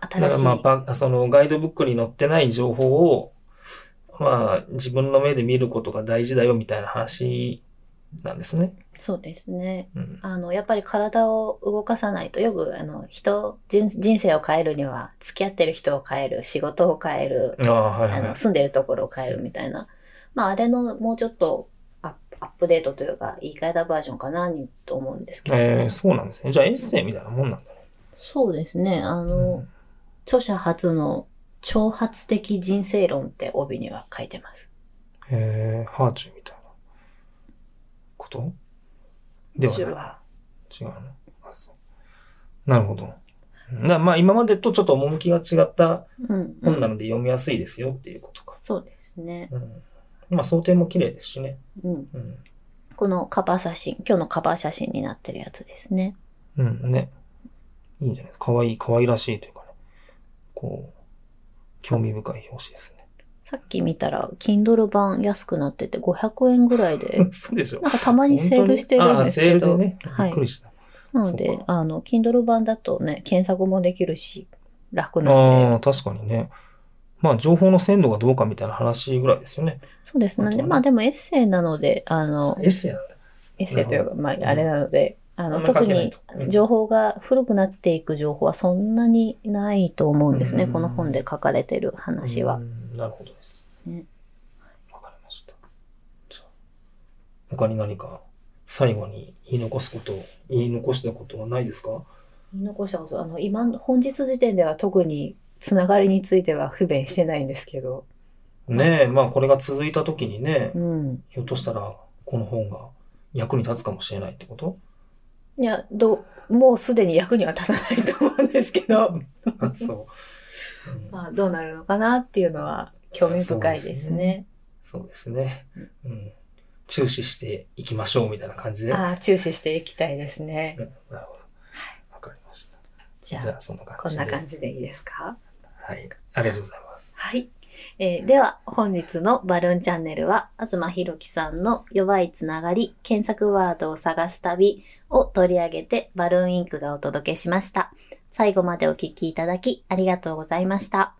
Speaker 1: 新しい。
Speaker 2: まあば、そのガイドブックに載ってない情報を、まあ、自分の目で見ることが大事だよみたいな話なんですね。
Speaker 1: そうですね。
Speaker 2: うん。
Speaker 1: あの、やっぱり体を動かさないと、よく、あの、人、人人生を変えるには、付き合ってる人を変える、仕事を変える、
Speaker 2: ああ、はい
Speaker 1: あ
Speaker 2: はい
Speaker 1: の、。住んでるところを変えるみたいな。まあ、あれの、もうちょっとアップ、アップデートというか、言い換えたバージョンかな、にと思うんですけど、
Speaker 2: えー、そうなんですね。じゃあエッセイみたいなもんなんだね。
Speaker 1: そうですね。あの、著者初の、挑発的人生論って帯には書いてます。
Speaker 2: えー、ハーチューみたいなことでは
Speaker 1: それ
Speaker 2: ない。違うのあ、そう。なるほど。なまあ、今までとちょっと趣が違った
Speaker 1: うん、う
Speaker 2: 本
Speaker 1: ん。
Speaker 2: なので読みやすいですよっていうことか。
Speaker 1: そうですね。
Speaker 2: うん。まあ、想定も綺麗ですしね。
Speaker 1: うん。
Speaker 2: うん。
Speaker 1: このカバー写真、今日のカバー写真になってるやつですね。
Speaker 2: うん、ね。いいんじゃないですか。かわいい、かわいらしいというかね。こう、興味深い表紙です ね。、
Speaker 1: さっき見たら、Kindle 版安くなってて500円ぐらいで
Speaker 2: そうでしょ。
Speaker 1: なんかたまにセールしてるんですけ
Speaker 2: 本当
Speaker 1: ど、
Speaker 2: にああ、セールでね。
Speaker 1: は
Speaker 2: び
Speaker 1: い
Speaker 2: っくりした。
Speaker 1: なので
Speaker 2: そう、
Speaker 1: あの、Kindle 版だとね、検索もできるし、楽なんで、
Speaker 2: ああ、確かにね。まあ、情報の鮮度がどうかみたいな話ぐらいですよね。
Speaker 1: そうです
Speaker 2: 本当
Speaker 1: ね。
Speaker 2: ね
Speaker 1: まあでもエッセイなので、あの、
Speaker 2: エッセイなんだ。
Speaker 1: エッセイというか、まあ
Speaker 2: うん
Speaker 1: あれなので、あ
Speaker 2: あ
Speaker 1: の、
Speaker 2: んま
Speaker 1: 特
Speaker 2: 関係ない
Speaker 1: に
Speaker 2: とうん
Speaker 1: 情報が古くなっていく情報はそんなにないと思うんですね。
Speaker 2: うん
Speaker 1: この本で書かれてる話は
Speaker 2: う。んなるほどです。
Speaker 1: ね
Speaker 2: わかりました。じゃあ他に何か最後に言い残すこと、言い残したことはないですか
Speaker 1: 言い残したことあの今の本日時点では特につながりについては不便してないんですけど、
Speaker 2: ねえ、まあ、これが続いた時にね
Speaker 1: う、ん、
Speaker 2: ひょっとしたらこの本が役に立つかもしれないっ てこと
Speaker 1: いやどうもうすでに役には立たないと思うんですけど
Speaker 2: あそう。うん
Speaker 1: まあどうなるのかなっていうのは興味深い
Speaker 2: そう
Speaker 1: で
Speaker 2: です
Speaker 1: す
Speaker 2: ね
Speaker 1: ね。
Speaker 2: そうですね。うん。注視していきましょうみたいな感じで。
Speaker 1: ああ注視していきたいですね
Speaker 2: う。んなるほど。わかりました。
Speaker 1: じゃ
Speaker 2: じゃ
Speaker 1: あ
Speaker 2: あ、そんな感
Speaker 1: こん
Speaker 2: じで。
Speaker 1: な感じでいいですか
Speaker 2: はい。ありがとうございます。
Speaker 1: はい、えーでは本日のバルーンチャンネルは東博樹さんの「弱いつながり」検索ワードを探す旅を取り上げてバルーンインクがお届けしました最後までお聞きいただきありがとうございました